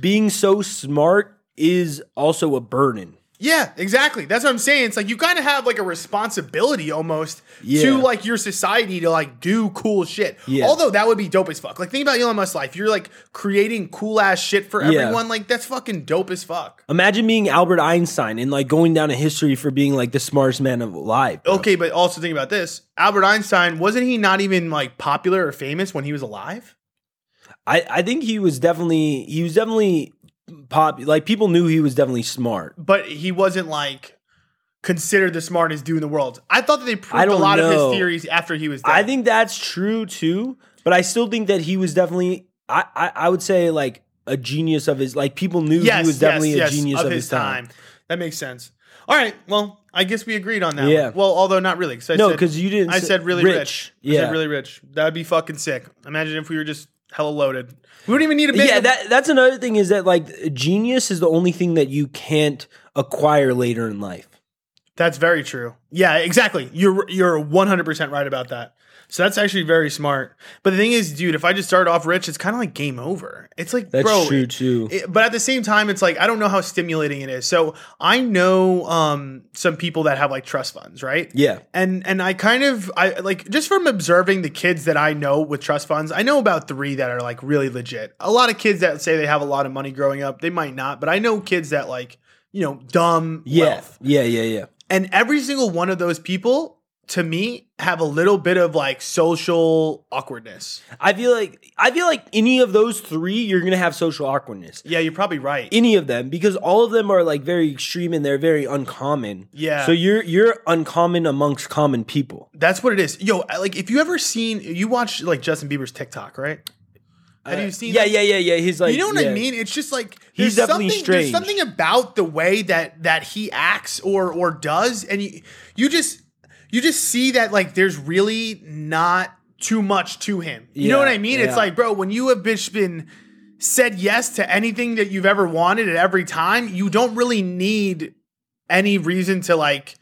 [SPEAKER 2] being so smart is also a burden.
[SPEAKER 1] yeah, exactly. That's what I'm saying. It's like you kind of have like a responsibility almost
[SPEAKER 2] Yeah.
[SPEAKER 1] to like your society to like do cool shit.
[SPEAKER 2] Yeah.
[SPEAKER 1] Although that would be dope as fuck. Like think about Elon Musk's life. You're like creating cool ass shit for
[SPEAKER 2] Yeah.
[SPEAKER 1] everyone. Like that's fucking dope as fuck.
[SPEAKER 2] Imagine being Albert Einstein and like going down in history for being like the smartest man alive. bro.
[SPEAKER 1] Okay, but also think about this. Albert Einstein wasn't he not even like popular or famous when he was alive?
[SPEAKER 2] I, I think he was definitely he was definitely pop like people knew he was definitely smart.
[SPEAKER 1] but he wasn't like considered the smartest dude in the world. I thought that they
[SPEAKER 2] I
[SPEAKER 1] proved a
[SPEAKER 2] don't
[SPEAKER 1] lot of
[SPEAKER 2] know.
[SPEAKER 1] his theories after he was dead.
[SPEAKER 2] I think that's true too, but I still think that he was definitely I, I, I would say like a genius of his like people knew
[SPEAKER 1] yes,
[SPEAKER 2] he was definitely
[SPEAKER 1] yes,
[SPEAKER 2] a
[SPEAKER 1] yes,
[SPEAKER 2] genius of, his, time.
[SPEAKER 1] That makes sense. All right, well, I guess we agreed on that.
[SPEAKER 2] Yeah.
[SPEAKER 1] one. Well, although not really, because I
[SPEAKER 2] No,
[SPEAKER 1] said-
[SPEAKER 2] 'cause you didn't
[SPEAKER 1] I
[SPEAKER 2] say-
[SPEAKER 1] said really
[SPEAKER 2] rich.
[SPEAKER 1] rich. I
[SPEAKER 2] Yeah.
[SPEAKER 1] said really rich. That'd be fucking sick. Imagine if we were just hella loaded. We wouldn't even need a big.
[SPEAKER 2] Yeah, that that's another thing is that like genius is the only thing that you can't acquire later in life.
[SPEAKER 1] That's very true. Yeah, exactly. You're you're 100% right about that. So that's actually very smart. But the thing is, dude, if I just start off rich, it's kind of like game over. It's like,
[SPEAKER 2] That's
[SPEAKER 1] bro,
[SPEAKER 2] true too.
[SPEAKER 1] it- but at the same time it's like i don't know how stimulating it is so i know um some people that have like trust funds right
[SPEAKER 2] yeah.
[SPEAKER 1] and and i kind of i like just from observing the kids that i know with trust funds i know about three that are like really legit a lot of kids that say they have a lot of money growing up they might not but i know kids that like you know dumb
[SPEAKER 2] Yeah.
[SPEAKER 1] wealth
[SPEAKER 2] Yeah, yeah, yeah.
[SPEAKER 1] and every single one of those people to me have a little bit of like social awkwardness
[SPEAKER 2] I feel like I feel like any of those 3 you're going to have social awkwardness.
[SPEAKER 1] yeah you're probably right
[SPEAKER 2] any of them because all of them are like very extreme and they're very uncommon.
[SPEAKER 1] Yeah.
[SPEAKER 2] So you're you're uncommon amongst common people.
[SPEAKER 1] That's what it is. Yo, I- like if you ever seen you watch like Justin Bieber's TikTok, right? Have you seen
[SPEAKER 2] Uh, Yeah,
[SPEAKER 1] that?
[SPEAKER 2] yeah, yeah, yeah. He's like
[SPEAKER 1] You know what
[SPEAKER 2] yeah.
[SPEAKER 1] I mean? It's just like
[SPEAKER 2] He's
[SPEAKER 1] there's
[SPEAKER 2] definitely
[SPEAKER 1] something, There's
[SPEAKER 2] strange.
[SPEAKER 1] something about the way that that he acts or or does, and you you just you just see that like there's really not too much to him. You know
[SPEAKER 2] Yeah,
[SPEAKER 1] what I mean?
[SPEAKER 2] yeah.
[SPEAKER 1] It's like, bro, when you have bitch been said yes to anything that you've ever wanted at every time, you don't really need any reason to like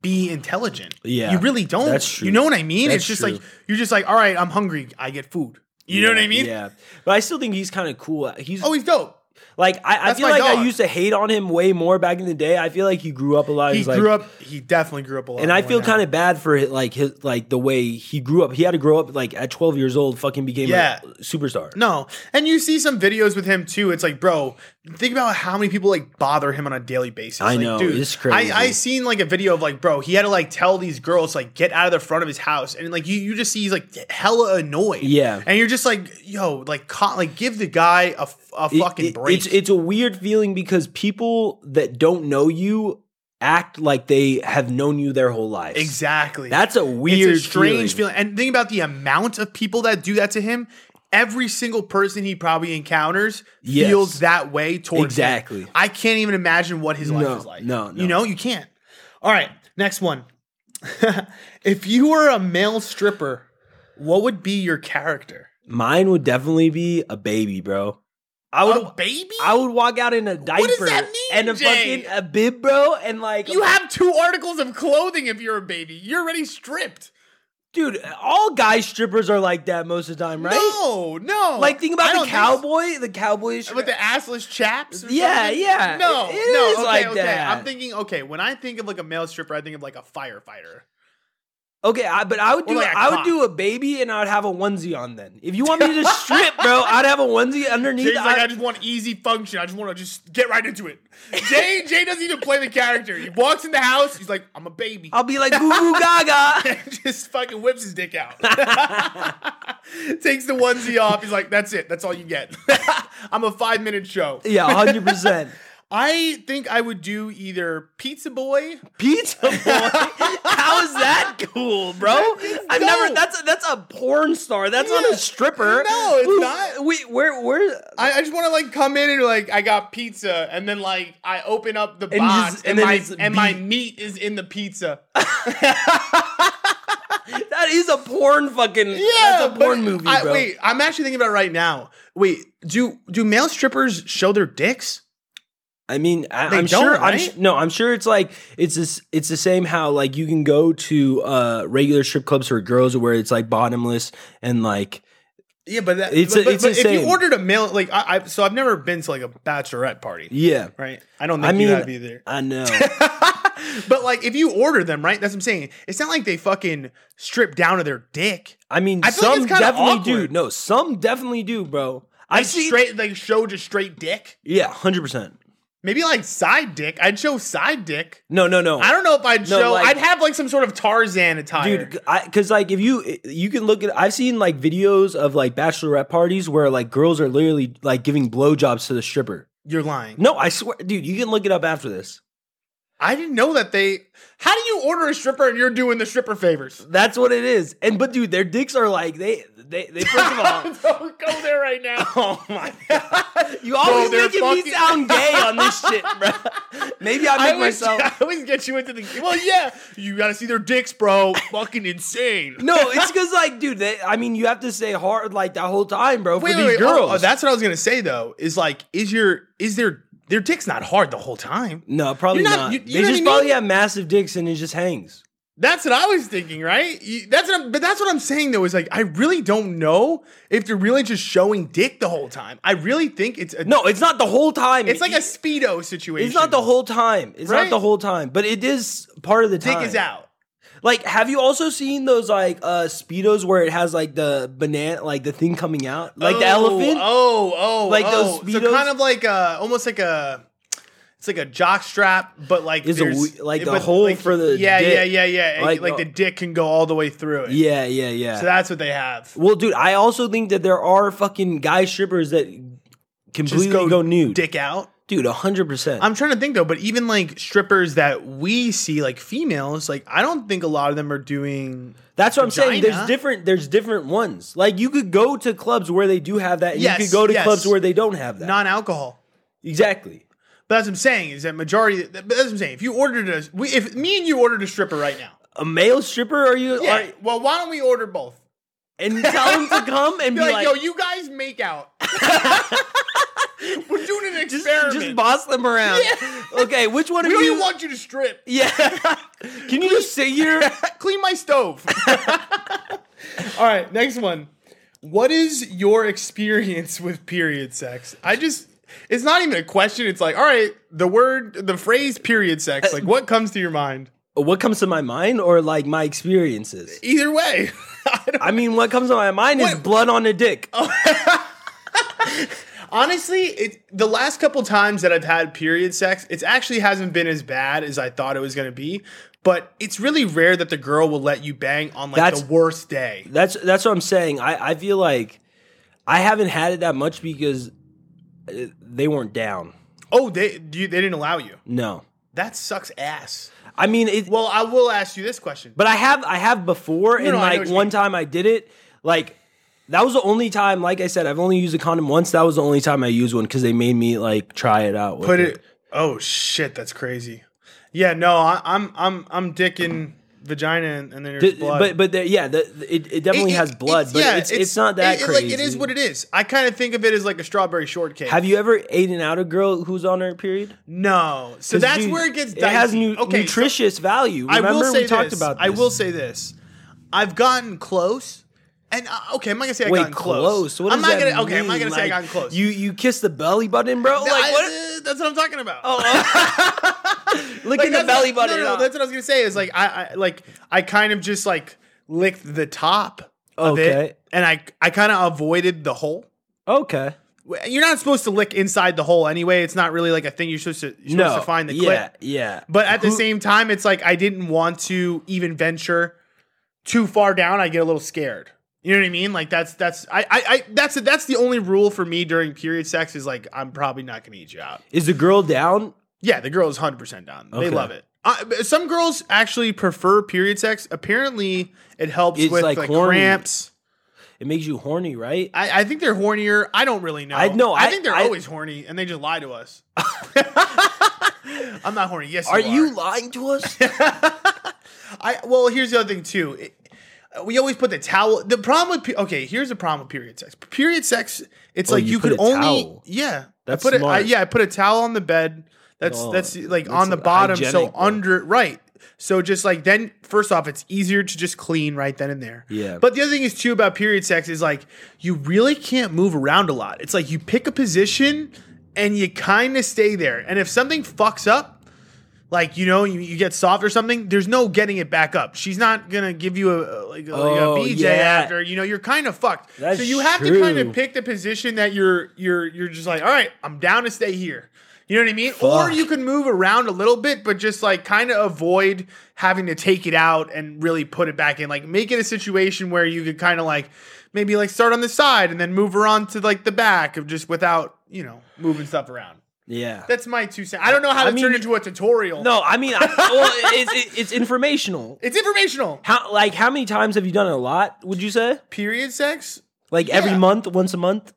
[SPEAKER 1] be intelligent.
[SPEAKER 2] Yeah.
[SPEAKER 1] You really don't.
[SPEAKER 2] That's true.
[SPEAKER 1] You know what I mean?
[SPEAKER 2] That's
[SPEAKER 1] it's just
[SPEAKER 2] true.
[SPEAKER 1] like you're just like, all right, I'm hungry, I get food. You know what I mean?
[SPEAKER 2] Yeah. But I still think he's kind of cool. He's
[SPEAKER 1] Oh, he's dope.
[SPEAKER 2] like I, I
[SPEAKER 1] that's
[SPEAKER 2] feel
[SPEAKER 1] my
[SPEAKER 2] like I
[SPEAKER 1] dog.
[SPEAKER 2] used to hate on him way more back in the day. I feel like he grew up a lot.
[SPEAKER 1] He
[SPEAKER 2] He's like-
[SPEAKER 1] grew up. He definitely grew up a lot.
[SPEAKER 2] and I
[SPEAKER 1] more
[SPEAKER 2] feel
[SPEAKER 1] now.
[SPEAKER 2] kind of bad for it, like his like the way he grew up. He had to grow up like at 12 years old, fucking became
[SPEAKER 1] Yeah.
[SPEAKER 2] a superstar.
[SPEAKER 1] no. And you see some videos with him too. It's like, bro, think about how many people like bother him on a daily basis.
[SPEAKER 2] I
[SPEAKER 1] Like,
[SPEAKER 2] know,
[SPEAKER 1] dude,
[SPEAKER 2] it's crazy.
[SPEAKER 1] I, I seen like a video of like, bro, he had to like tell these girls like get out of the front of his house, and like you you just see he's like hella annoyed.
[SPEAKER 2] Yeah.
[SPEAKER 1] and you're just like, yo, like co- like give the guy a, f- a
[SPEAKER 2] It-
[SPEAKER 1] fucking
[SPEAKER 2] it-
[SPEAKER 1] break.
[SPEAKER 2] It's it's a weird feeling because people that don't know you act like they have known you their whole lives.
[SPEAKER 1] exactly.
[SPEAKER 2] That's a weird,
[SPEAKER 1] it's a strange
[SPEAKER 2] feeling.
[SPEAKER 1] feeling. And think about the amount of people that do that to him. Every single person he probably encounters
[SPEAKER 2] Yes.
[SPEAKER 1] feels that way towards him.
[SPEAKER 2] Exactly.
[SPEAKER 1] I can't even imagine what his life
[SPEAKER 2] No,
[SPEAKER 1] is like.
[SPEAKER 2] no, no.
[SPEAKER 1] you know you can't. All right, next one. if you were a male stripper, what would be your character?
[SPEAKER 2] Mine would definitely be a baby, bro. I would
[SPEAKER 1] A baby?
[SPEAKER 2] I would walk out in a diaper
[SPEAKER 1] Oh. does that mean,
[SPEAKER 2] and a
[SPEAKER 1] Jay?
[SPEAKER 2] fucking a bib, bro, and like
[SPEAKER 1] you have two articles of clothing if you're a baby. You're already stripped.
[SPEAKER 2] dude. All guy strippers are like that most of the time, right?
[SPEAKER 1] No, no.
[SPEAKER 2] Like think
[SPEAKER 1] I
[SPEAKER 2] about
[SPEAKER 1] don't think
[SPEAKER 2] the
[SPEAKER 1] so.
[SPEAKER 2] cowboy, the cowboy. stri-
[SPEAKER 1] with the assless chaps. or
[SPEAKER 2] Yeah,
[SPEAKER 1] something?
[SPEAKER 2] yeah.
[SPEAKER 1] No, no.
[SPEAKER 2] It- it is
[SPEAKER 1] okay,
[SPEAKER 2] like
[SPEAKER 1] okay.
[SPEAKER 2] that.
[SPEAKER 1] I'm thinking. Okay, when I think of like a male stripper, I think of like a firefighter.
[SPEAKER 2] Okay, I, but I would
[SPEAKER 1] Or
[SPEAKER 2] do
[SPEAKER 1] like a
[SPEAKER 2] I would
[SPEAKER 1] cock.
[SPEAKER 2] do a baby and I would have a onesie on then. If you want me to strip, bro, I'd have a onesie underneath.
[SPEAKER 1] Jay's like,
[SPEAKER 2] I-
[SPEAKER 1] I just want easy function. I just want to just get right into it. Jay, Jay doesn't even play the character. He walks in the house. He's like, I'm a baby.
[SPEAKER 2] I'll be like goo goo gaga.
[SPEAKER 1] just fucking whips his dick out. Takes the onesie off. He's like, that's it. That's all you get. I'm a five minute show.
[SPEAKER 2] Yeah, hundred percent.
[SPEAKER 1] I think I would do either Pizza Boy.
[SPEAKER 2] Pizza boy. How is that cool, bro? I've never.
[SPEAKER 1] dope.
[SPEAKER 2] That's a, that's a porn star. That's not
[SPEAKER 1] Yeah.
[SPEAKER 2] a stripper.
[SPEAKER 1] No, it's
[SPEAKER 2] Who-
[SPEAKER 1] not.
[SPEAKER 2] We where where
[SPEAKER 1] I, I just want to like come in and like I got pizza, and then like I open up the
[SPEAKER 2] you
[SPEAKER 1] box,
[SPEAKER 2] just- and
[SPEAKER 1] and,
[SPEAKER 2] then
[SPEAKER 1] my
[SPEAKER 2] it's
[SPEAKER 1] and my
[SPEAKER 2] beat.
[SPEAKER 1] meat is in the pizza.
[SPEAKER 2] that is a porn fucking. Yeah, that's a
[SPEAKER 1] but
[SPEAKER 2] porn movie,
[SPEAKER 1] I,
[SPEAKER 2] bro.
[SPEAKER 1] Wait, I'm actually thinking about it right now. Wait, do do male strippers show their dicks?
[SPEAKER 2] I mean, I,
[SPEAKER 1] They
[SPEAKER 2] I'm
[SPEAKER 1] don't,
[SPEAKER 2] sure. I'm
[SPEAKER 1] right?
[SPEAKER 2] sh- no, I'm sure it's like it's this, it's the same how like you can go to uh regular strip clubs for girls where it's like bottomless and like
[SPEAKER 1] Yeah, but that,
[SPEAKER 2] It's
[SPEAKER 1] but,
[SPEAKER 2] a-
[SPEAKER 1] but-
[SPEAKER 2] it's
[SPEAKER 1] but if
[SPEAKER 2] insane.
[SPEAKER 1] you ordered a male, like I, I, so I've never been to like a bachelorette party,
[SPEAKER 2] yeah.
[SPEAKER 1] right? I don't
[SPEAKER 2] I
[SPEAKER 1] think
[SPEAKER 2] mean,
[SPEAKER 1] you have either.
[SPEAKER 2] I know.
[SPEAKER 1] but like, if you order them, right? That's what I'm saying. It's not like they fucking strip down to their dick.
[SPEAKER 2] I mean,
[SPEAKER 1] I feel like
[SPEAKER 2] some
[SPEAKER 1] it's kinda
[SPEAKER 2] definitely do.
[SPEAKER 1] awkward.
[SPEAKER 2] No, some definitely do, bro. I
[SPEAKER 1] Like
[SPEAKER 2] see.
[SPEAKER 1] straight, like show just straight dick.
[SPEAKER 2] yeah, hundred percent.
[SPEAKER 1] Maybe like side dick. I'd show side dick.
[SPEAKER 2] No, no, no.
[SPEAKER 1] I don't know if I'd
[SPEAKER 2] No,
[SPEAKER 1] show.
[SPEAKER 2] like-
[SPEAKER 1] I'd have like some sort of Tarzan attire.
[SPEAKER 2] dude because like if you you can look at i've seen like videos of like bachelorette parties where like girls are literally like giving blowjobs to the stripper
[SPEAKER 1] You're lying.
[SPEAKER 2] no i swear dude you can look it up after this
[SPEAKER 1] I didn't know that they. How do you order a stripper and you're doing the stripper favors?
[SPEAKER 2] that's what it is and but dude their dicks are like they they, they first of all
[SPEAKER 1] Don't go there right now.
[SPEAKER 2] Oh my god! You always
[SPEAKER 1] they're
[SPEAKER 2] making me
[SPEAKER 1] fucking-
[SPEAKER 2] sound gay on this shit, bro. Maybe I
[SPEAKER 1] I
[SPEAKER 2] make
[SPEAKER 1] always,
[SPEAKER 2] myself.
[SPEAKER 1] I always get you into the. Well, yeah, you gotta see their dicks, bro. Fucking insane.
[SPEAKER 2] No, it's because like, dude, they, I mean, you have to stay hard like that whole time, bro, for
[SPEAKER 1] wait,
[SPEAKER 2] these
[SPEAKER 1] wait, wait.
[SPEAKER 2] girls.
[SPEAKER 1] Oh, oh, that's what I was gonna say though. Is like, is your is their their dick's not hard the whole time?
[SPEAKER 2] no, probably
[SPEAKER 1] You're not-
[SPEAKER 2] not.
[SPEAKER 1] you- you know
[SPEAKER 2] they
[SPEAKER 1] what I
[SPEAKER 2] just
[SPEAKER 1] mean?
[SPEAKER 2] probably have massive dicks and it just hangs.
[SPEAKER 1] That's what I was thinking, right? You- That's what I'm, but that's what I'm saying though. Is like, I really don't know if they're really just showing dick the whole time. I really think it's a,
[SPEAKER 2] No, it's not the whole time.
[SPEAKER 1] It's like a
[SPEAKER 2] It-
[SPEAKER 1] speedo situation.
[SPEAKER 2] It's not the whole time. It's not
[SPEAKER 1] Right?
[SPEAKER 2] the whole time, but it is part of the
[SPEAKER 1] dick
[SPEAKER 2] time.
[SPEAKER 1] is out.
[SPEAKER 2] Like, have you also seen those like uh speedos where it has like the banana, like the thing coming out, like the
[SPEAKER 1] Oh,
[SPEAKER 2] elephant?
[SPEAKER 1] Oh, oh,
[SPEAKER 2] Like
[SPEAKER 1] oh.
[SPEAKER 2] those
[SPEAKER 1] So
[SPEAKER 2] Speedos?
[SPEAKER 1] kind of like a, almost like a, it's like a jock strap, but like
[SPEAKER 2] It's a
[SPEAKER 1] there's-
[SPEAKER 2] we- like the
[SPEAKER 1] but
[SPEAKER 2] hole for the
[SPEAKER 1] yeah,
[SPEAKER 2] dick.
[SPEAKER 1] yeah, yeah, yeah. And,
[SPEAKER 2] Like,
[SPEAKER 1] Like,
[SPEAKER 2] uh,
[SPEAKER 1] the dick can go all the way through it.
[SPEAKER 2] Yeah, yeah, yeah.
[SPEAKER 1] So that's what they have.
[SPEAKER 2] well, dude, I also think that there are fucking guy strippers that completely
[SPEAKER 1] Just
[SPEAKER 2] go,
[SPEAKER 1] go,
[SPEAKER 2] nude,
[SPEAKER 1] dick out.
[SPEAKER 2] dude, hundred percent.
[SPEAKER 1] I'm trying to think though, but even like strippers that we see, like females, like I don't think a lot of them are doing.
[SPEAKER 2] That's what I'm saying. There's
[SPEAKER 1] Vagina?
[SPEAKER 2] different. There's different ones. Like you could go to clubs where they do have that, and
[SPEAKER 1] Yes,
[SPEAKER 2] you could go to
[SPEAKER 1] yes.
[SPEAKER 2] clubs where they don't have that.
[SPEAKER 1] Non-alcohol.
[SPEAKER 2] exactly.
[SPEAKER 1] But that's what I'm saying is that majority. But that's what I'm saying. If you ordered a, we, if me and you ordered a stripper right now,
[SPEAKER 2] A male stripper? Are you?
[SPEAKER 1] yeah.
[SPEAKER 2] Are,
[SPEAKER 1] well, why don't we order both?
[SPEAKER 2] and tell him to come and
[SPEAKER 1] Be
[SPEAKER 2] be,
[SPEAKER 1] like,
[SPEAKER 2] like,
[SPEAKER 1] yo, you guys make out. We're doing an
[SPEAKER 2] just,
[SPEAKER 1] experiment.
[SPEAKER 2] just boss them around. Okay, which one
[SPEAKER 1] we
[SPEAKER 2] of
[SPEAKER 1] don't
[SPEAKER 2] you?
[SPEAKER 1] even want you to strip.
[SPEAKER 2] yeah. Can you just sit here?
[SPEAKER 1] Clean my stove. All right, next one. What is your experience with period sex? I just. It's not even a question. It's like, all right, the word, the phrase period sex, like what comes to your mind?
[SPEAKER 2] what comes to my mind, or like my experiences?
[SPEAKER 1] Either way. I don't,
[SPEAKER 2] I mean, what comes to my mind is
[SPEAKER 1] What-
[SPEAKER 2] blood on a dick.
[SPEAKER 1] honestly, it, the last couple times that I've had period sex, it actually hasn't been as bad as I thought it was going to be. But it's really rare that the girl will let you bang on like
[SPEAKER 2] That's-
[SPEAKER 1] the worst day.
[SPEAKER 2] That's that's what I'm saying. I I feel like I haven't had it that much because uh, they weren't down.
[SPEAKER 1] Oh, they you, they didn't allow you.
[SPEAKER 2] No,
[SPEAKER 1] That sucks ass.
[SPEAKER 2] I mean it.
[SPEAKER 1] Well, I will ask you this question.
[SPEAKER 2] But I have I have before and
[SPEAKER 1] no, I know
[SPEAKER 2] like
[SPEAKER 1] what you
[SPEAKER 2] one
[SPEAKER 1] mean.
[SPEAKER 2] time I did it like that was the only time like I said I've only used a condom once that was the only time I used one cuz they made me like try it out with
[SPEAKER 1] Put it. Oh shit, that's crazy. Yeah, no, I, I'm I'm I'm dicking vagina and, and then there's
[SPEAKER 2] Th-
[SPEAKER 1] blood.
[SPEAKER 2] But but there, yeah, the, the- it, it definitely
[SPEAKER 1] It-
[SPEAKER 2] has
[SPEAKER 1] it-
[SPEAKER 2] blood, but
[SPEAKER 1] yeah,
[SPEAKER 2] it's, it's not that
[SPEAKER 1] it- it,
[SPEAKER 2] crazy.
[SPEAKER 1] Like, it is what it is. I kind of think of it as like a strawberry shortcake.
[SPEAKER 2] Have you ever eaten out a girl who's on her period?
[SPEAKER 1] No, so
[SPEAKER 2] 'Cause,
[SPEAKER 1] that's
[SPEAKER 2] dude,
[SPEAKER 1] where it gets.
[SPEAKER 2] It has
[SPEAKER 1] dicey.
[SPEAKER 2] nu-
[SPEAKER 1] Okay, so-
[SPEAKER 2] nutritious value. Remember
[SPEAKER 1] I will say
[SPEAKER 2] we talked
[SPEAKER 1] this.
[SPEAKER 2] about. This.
[SPEAKER 1] I will say this. I've gotten close. And uh, okay, I'm not gonna say I
[SPEAKER 2] Wait,
[SPEAKER 1] gotten close.
[SPEAKER 2] close. What
[SPEAKER 1] I'm
[SPEAKER 2] does
[SPEAKER 1] not
[SPEAKER 2] that
[SPEAKER 1] gonna. Okay, I'm not
[SPEAKER 2] mean?
[SPEAKER 1] gonna say I
[SPEAKER 2] Like,
[SPEAKER 1] gotten close.
[SPEAKER 2] You you kiss the belly button, bro.
[SPEAKER 1] No,
[SPEAKER 2] like
[SPEAKER 1] I-
[SPEAKER 2] what?
[SPEAKER 1] uh, that's what I'm talking about. Oh,
[SPEAKER 2] Look
[SPEAKER 1] like,
[SPEAKER 2] at the
[SPEAKER 1] that's
[SPEAKER 2] belly
[SPEAKER 1] what,
[SPEAKER 2] button.
[SPEAKER 1] no, no, no, that's what I was gonna say. Is like I, I like I kind of just like licked the top of
[SPEAKER 2] Okay.
[SPEAKER 1] it, and I I kind of avoided the hole.
[SPEAKER 2] okay.
[SPEAKER 1] You're not supposed to lick inside the hole anyway. It's not really like a thing you're supposed to. You're
[SPEAKER 2] No.
[SPEAKER 1] supposed to find the clip.
[SPEAKER 2] yeah, yeah.
[SPEAKER 1] But at the
[SPEAKER 2] Who-
[SPEAKER 1] same time, it's like I didn't want to even venture too far down. I get a little scared. You know what I mean? Like that's that's I I, I that's that's the only rule for me during period sex is like I'm probably not gonna eat you out.
[SPEAKER 2] Is the girl down?
[SPEAKER 1] Yeah, the girl is 100% down.
[SPEAKER 2] Okay.
[SPEAKER 1] They love it. I, some girls actually prefer period sex. Apparently, it helps
[SPEAKER 2] It's
[SPEAKER 1] with
[SPEAKER 2] like
[SPEAKER 1] like,
[SPEAKER 2] horny.
[SPEAKER 1] cramps.
[SPEAKER 2] It makes you horny, right?
[SPEAKER 1] I, I think they're hornier. I don't really know.
[SPEAKER 2] I- no,
[SPEAKER 1] I,
[SPEAKER 2] I-
[SPEAKER 1] think they're
[SPEAKER 2] I-
[SPEAKER 1] always horny, and they just lie to us. I'm not horny. Yes,
[SPEAKER 2] Are
[SPEAKER 1] you are
[SPEAKER 2] you lying to us?
[SPEAKER 1] I well, here's the other thing too. It- we always put the towel. The problem with pe- okay, here's the problem with period sex. Period sex, it's
[SPEAKER 2] Oh,
[SPEAKER 1] like
[SPEAKER 2] you
[SPEAKER 1] you,
[SPEAKER 2] put
[SPEAKER 1] could
[SPEAKER 2] a
[SPEAKER 1] only
[SPEAKER 2] towel.
[SPEAKER 1] yeah.
[SPEAKER 2] That's
[SPEAKER 1] I put
[SPEAKER 2] smart.
[SPEAKER 1] It, I, yeah, I put a towel on the bed. That's
[SPEAKER 2] Oh,
[SPEAKER 1] that's like
[SPEAKER 2] that's
[SPEAKER 1] on the bottom. So
[SPEAKER 2] hygienic, bro.
[SPEAKER 1] under right. So just like then, first off, it's easier to just clean right then and there.
[SPEAKER 2] Yeah.
[SPEAKER 1] But the other thing is too about period sex is like you really can't move around a lot. It's like you pick a position and you kind of stay there. And if something fucks up, like you know you, you get soft or something there's no getting it back up she's not gonna give you a, a- like, a, like a
[SPEAKER 2] Oh,
[SPEAKER 1] bj
[SPEAKER 2] yeah.
[SPEAKER 1] after you know you're kind of fucked
[SPEAKER 2] That's
[SPEAKER 1] so you have to kind
[SPEAKER 2] true.
[SPEAKER 1] of pick the position that you're you're you're just like all right i'm down to stay here you know what i mean or
[SPEAKER 2] Fuck.
[SPEAKER 1] you can move around a little bit but just like kind of avoid having to take it out and really put it back in like make it a situation where you could kind of like maybe like start on the side and then move her on to like the back of just without you know moving stuff around
[SPEAKER 2] yeah.
[SPEAKER 1] that's my two cents. I don't know how
[SPEAKER 2] I
[SPEAKER 1] to
[SPEAKER 2] mean-
[SPEAKER 1] turn into a tutorial.
[SPEAKER 2] No, I mean, I, well, it's, it, it's informational.
[SPEAKER 1] It's informational.
[SPEAKER 2] How like how many times have you done it? A lot? Would you say
[SPEAKER 1] Period sex?
[SPEAKER 2] like every
[SPEAKER 1] Yeah.
[SPEAKER 2] month, once a month?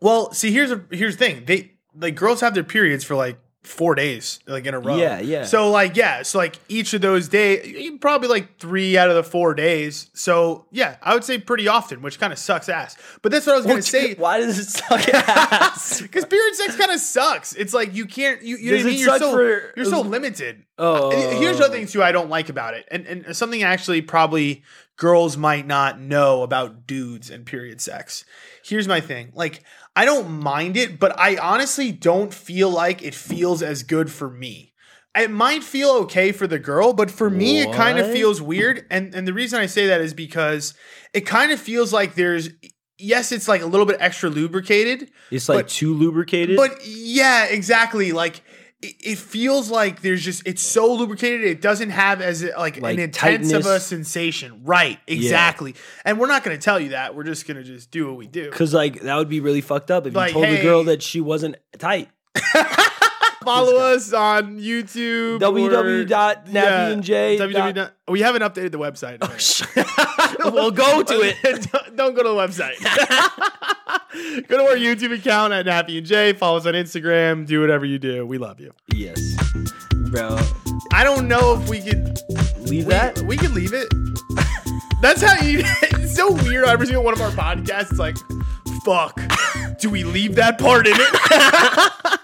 [SPEAKER 1] Well, see, here's a here's the thing. They like girls have their periods for like four days, like in a row.
[SPEAKER 2] Yeah, yeah.
[SPEAKER 1] So like, yeah, so like each of those days, probably like three out of the four days. So yeah, I would say pretty often, which kind of sucks ass. But that's what I was gonna
[SPEAKER 2] Which-
[SPEAKER 1] say.
[SPEAKER 2] why does it suck ass?
[SPEAKER 1] Because period sex kind of sucks. It's like you can't. You, you know
[SPEAKER 2] Does
[SPEAKER 1] what I
[SPEAKER 2] it
[SPEAKER 1] mean? You're
[SPEAKER 2] suck
[SPEAKER 1] so
[SPEAKER 2] for-
[SPEAKER 1] you're so limited.
[SPEAKER 2] Oh.
[SPEAKER 1] Uh, here's the other thing too. I don't like about it, and and something actually probably girls might not know about dudes and period sex. Here's my thing. Like I don't mind it, but I honestly don't feel like it feels as good for me. It might feel okay for the girl, but for me, it kind of
[SPEAKER 2] What?
[SPEAKER 1] feels weird. And and the reason I say that is because it kind of feels like there's yes, it's like a little bit extra lubricated,
[SPEAKER 2] It's like
[SPEAKER 1] But-
[SPEAKER 2] too lubricated.
[SPEAKER 1] but yeah, exactly. Like it, it feels like there's just it's so lubricated. It doesn't have as like,
[SPEAKER 2] Like
[SPEAKER 1] an intense of a
[SPEAKER 2] tightness.
[SPEAKER 1] sensation. Right. Exactly. And we're not going to tell you that. We're just going to just do what we do.
[SPEAKER 2] Cause like that would be really fucked up if
[SPEAKER 1] Like,
[SPEAKER 2] you told the girl
[SPEAKER 1] hey.
[SPEAKER 2] that she wasn't tight.
[SPEAKER 1] Follow us on YouTube. or-
[SPEAKER 2] www.nappyandj.
[SPEAKER 1] www. We haven't updated the website.
[SPEAKER 2] Oh, Well, go to it.
[SPEAKER 1] Don't- Don't go to the website. go to our YouTube account at Nappy and Jay. Follow us on Instagram. Do whatever you do. We love you.
[SPEAKER 2] Yes, bro.
[SPEAKER 1] I don't know if we could
[SPEAKER 2] Leave
[SPEAKER 1] We-
[SPEAKER 2] that.
[SPEAKER 1] we can leave it. That's how you. It's so weird. Every single one of our podcasts, it's like, fuck. Do we leave that part in it?